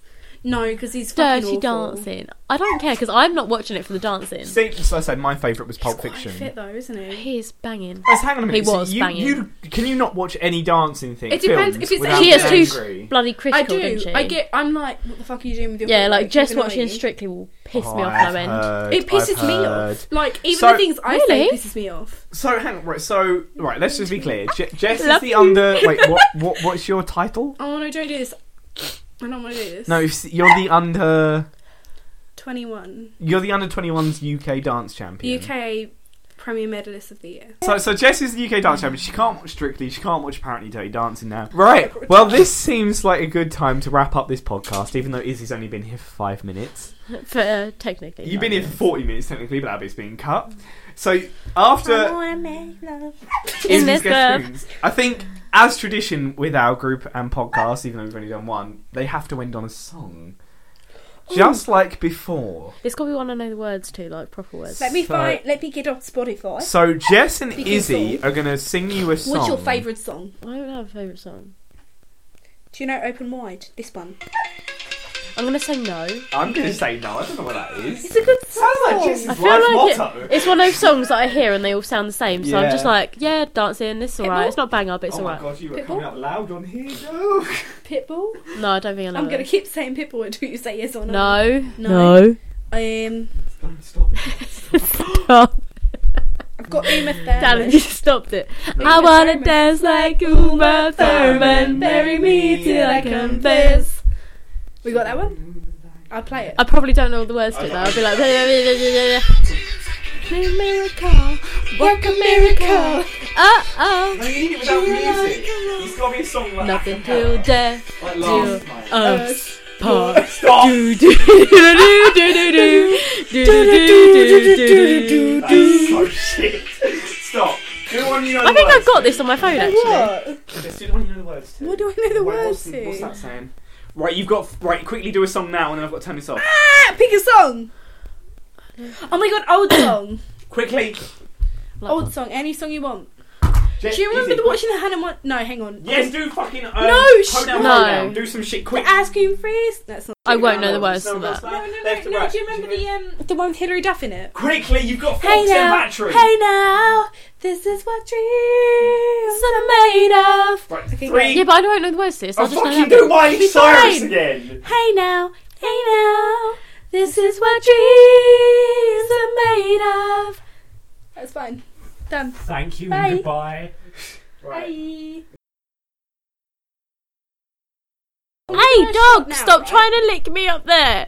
Speaker 2: No, because he's
Speaker 3: Dirty
Speaker 2: fucking awful.
Speaker 3: Dancing. I don't care because I'm not watching it for the dancing.
Speaker 1: See, so I said my favourite was Pulp
Speaker 2: He's quite
Speaker 1: Fiction.
Speaker 2: fit though, isn't he?
Speaker 3: He's banging.
Speaker 1: Yes, hang on a minute.
Speaker 3: He
Speaker 1: so
Speaker 3: was
Speaker 1: you,
Speaker 3: banging.
Speaker 1: you- can you not watch any dancing thing?
Speaker 2: It depends
Speaker 1: films
Speaker 2: if it's
Speaker 1: without
Speaker 3: She
Speaker 1: being
Speaker 3: has two-
Speaker 1: angry?
Speaker 3: Bloody
Speaker 2: I
Speaker 3: critical,
Speaker 2: do.
Speaker 3: didn't she?
Speaker 2: I get. I'm like, what the fuck are you doing with your?
Speaker 3: Yeah,
Speaker 2: foot?
Speaker 3: like
Speaker 2: It's
Speaker 3: just
Speaker 2: annoying.
Speaker 3: watching Strictly will piss me
Speaker 1: Oh,
Speaker 3: off
Speaker 1: I've
Speaker 3: no end.
Speaker 1: heard,
Speaker 2: It pisses
Speaker 1: I've
Speaker 2: me
Speaker 1: heard.
Speaker 2: off. Like even
Speaker 1: So-
Speaker 2: the things I
Speaker 3: Really?
Speaker 2: say pisses me off.
Speaker 1: So hang on, right? So right, let's just be clear. Je- Jess is
Speaker 3: Love
Speaker 1: the
Speaker 3: you.
Speaker 1: under. Wait, what? What? What's your title?
Speaker 2: Oh no, don't do this. I don't want to do this.
Speaker 1: No, you're the under.
Speaker 2: twenty-one
Speaker 1: You're the under 21s UK dance champion.
Speaker 2: UK Premier Medalist of the Year.
Speaker 1: So, so Jess is the UK dance champion. She can't watch Strictly. She can't watch Apparently Dirty Dancing now. Right. Well, this seems like a good time to wrap up this podcast, even though Izzy's only been here for five minutes.
Speaker 3: For uh, technically,
Speaker 1: You've been here for 40 minutes, technically, but that bit's been cut. So, after
Speaker 3: in
Speaker 1: Izzy's
Speaker 3: this
Speaker 1: guest
Speaker 3: club.
Speaker 1: rooms, I think, as tradition with our group and podcast, even though we've only done one, they have to end on a song. Just like before.
Speaker 3: It's got to be one I know the words to, like proper words.
Speaker 2: Let me
Speaker 1: So-
Speaker 2: find. Let me get off Spotify.
Speaker 1: So, Jess and
Speaker 2: Speaking
Speaker 1: Izzy
Speaker 2: song.
Speaker 1: are going to sing you a song.
Speaker 2: What's your favourite song?
Speaker 3: I don't have a favourite song.
Speaker 2: Do you know Open Wide? This one.
Speaker 3: I'm gonna say no.
Speaker 1: I'm going to say no. I don't know what that is.
Speaker 2: It's a good song.
Speaker 1: Sounds like Jess's
Speaker 3: I
Speaker 1: life
Speaker 3: feel like
Speaker 1: motto.
Speaker 3: it- it's one of those songs that I hear and they all sound the same. So
Speaker 1: Yeah.
Speaker 3: I'm just like, yeah, dancing. This is alright.
Speaker 2: Pitbull?
Speaker 3: It's not bang up. It's
Speaker 1: oh my
Speaker 3: alright.
Speaker 1: god, you were
Speaker 2: Pitbull?
Speaker 1: coming out loud on here, no.
Speaker 2: Pitbull.
Speaker 3: No, I don't think I know.
Speaker 2: I'm gonna
Speaker 3: it.
Speaker 2: keep saying Pitbull until you say yes or no.
Speaker 3: No.
Speaker 2: No. Um,
Speaker 1: Don't stop it.
Speaker 3: No.
Speaker 2: I I've got Uma Thurman.
Speaker 3: Darren, you stopped it. I wanna dance like Uma Thurman. Bury me till I confess.
Speaker 2: We got that one? I'll play it.
Speaker 3: I probably don't know all the words to it now. I'll be like, play a miracle, work a miracle. Uh oh.
Speaker 1: No, you need it without music. It's got to be a song like
Speaker 3: Nothing
Speaker 1: acapella,
Speaker 3: till death
Speaker 1: like
Speaker 3: do
Speaker 1: last night.
Speaker 2: Uh,
Speaker 3: us part.
Speaker 1: Stop.
Speaker 3: Do do do do do do do do do do do do.
Speaker 1: That's so shit. Stop. Do the one you know
Speaker 3: I
Speaker 1: the
Speaker 3: think
Speaker 1: words
Speaker 3: I've got
Speaker 1: to.
Speaker 3: this on my phone actually.
Speaker 2: What?
Speaker 1: Let's do the one you know the words to.
Speaker 2: What do I know the
Speaker 1: Wait,
Speaker 2: words
Speaker 1: what's,
Speaker 2: to?
Speaker 1: What's that saying? Right, you've got right. Quickly do a song now, and then I've got to turn this off.
Speaker 2: Ah, pick a song. Oh my god, old song.
Speaker 1: Quickly.
Speaker 2: old song. Any song you want.
Speaker 1: Jet,
Speaker 2: Do you remember
Speaker 1: easy.
Speaker 2: the watching the Hannah Mon- No, hang on.
Speaker 1: Yes, do fucking. Um,
Speaker 2: No, sh-
Speaker 1: pronoun
Speaker 3: No.
Speaker 1: pronoun. Do some shit quick.
Speaker 2: The ice cream freeze. That's not.
Speaker 3: I won't know the
Speaker 1: Pronoun.
Speaker 3: words to
Speaker 1: Snowball
Speaker 3: that.
Speaker 1: style.
Speaker 2: No, no, no,
Speaker 1: Left to
Speaker 2: no.
Speaker 1: right.
Speaker 2: Do you remember the um the one with Hilary Duff in it?
Speaker 1: Quickly, you've got Fox
Speaker 2: Hey
Speaker 1: and
Speaker 2: now,
Speaker 1: Battery.
Speaker 2: hey now, this is what dreams are made of.
Speaker 1: Right,
Speaker 2: Okay,
Speaker 1: three.
Speaker 2: great.
Speaker 3: Yeah, but I don't know the words to this.
Speaker 1: I'll
Speaker 3: I just know
Speaker 1: fucking
Speaker 3: that.
Speaker 1: Oh, do Miley
Speaker 2: She's
Speaker 1: Cyrus
Speaker 2: fine.
Speaker 1: again.
Speaker 2: Hey now, hey now, this is what dreams are made of. That's fine. Done.
Speaker 1: Thank you
Speaker 2: Bye.
Speaker 1: and goodbye. Right.
Speaker 2: Bye.
Speaker 3: Hey,
Speaker 2: Now,
Speaker 3: dog, stop
Speaker 2: right?
Speaker 3: trying to lick me up there.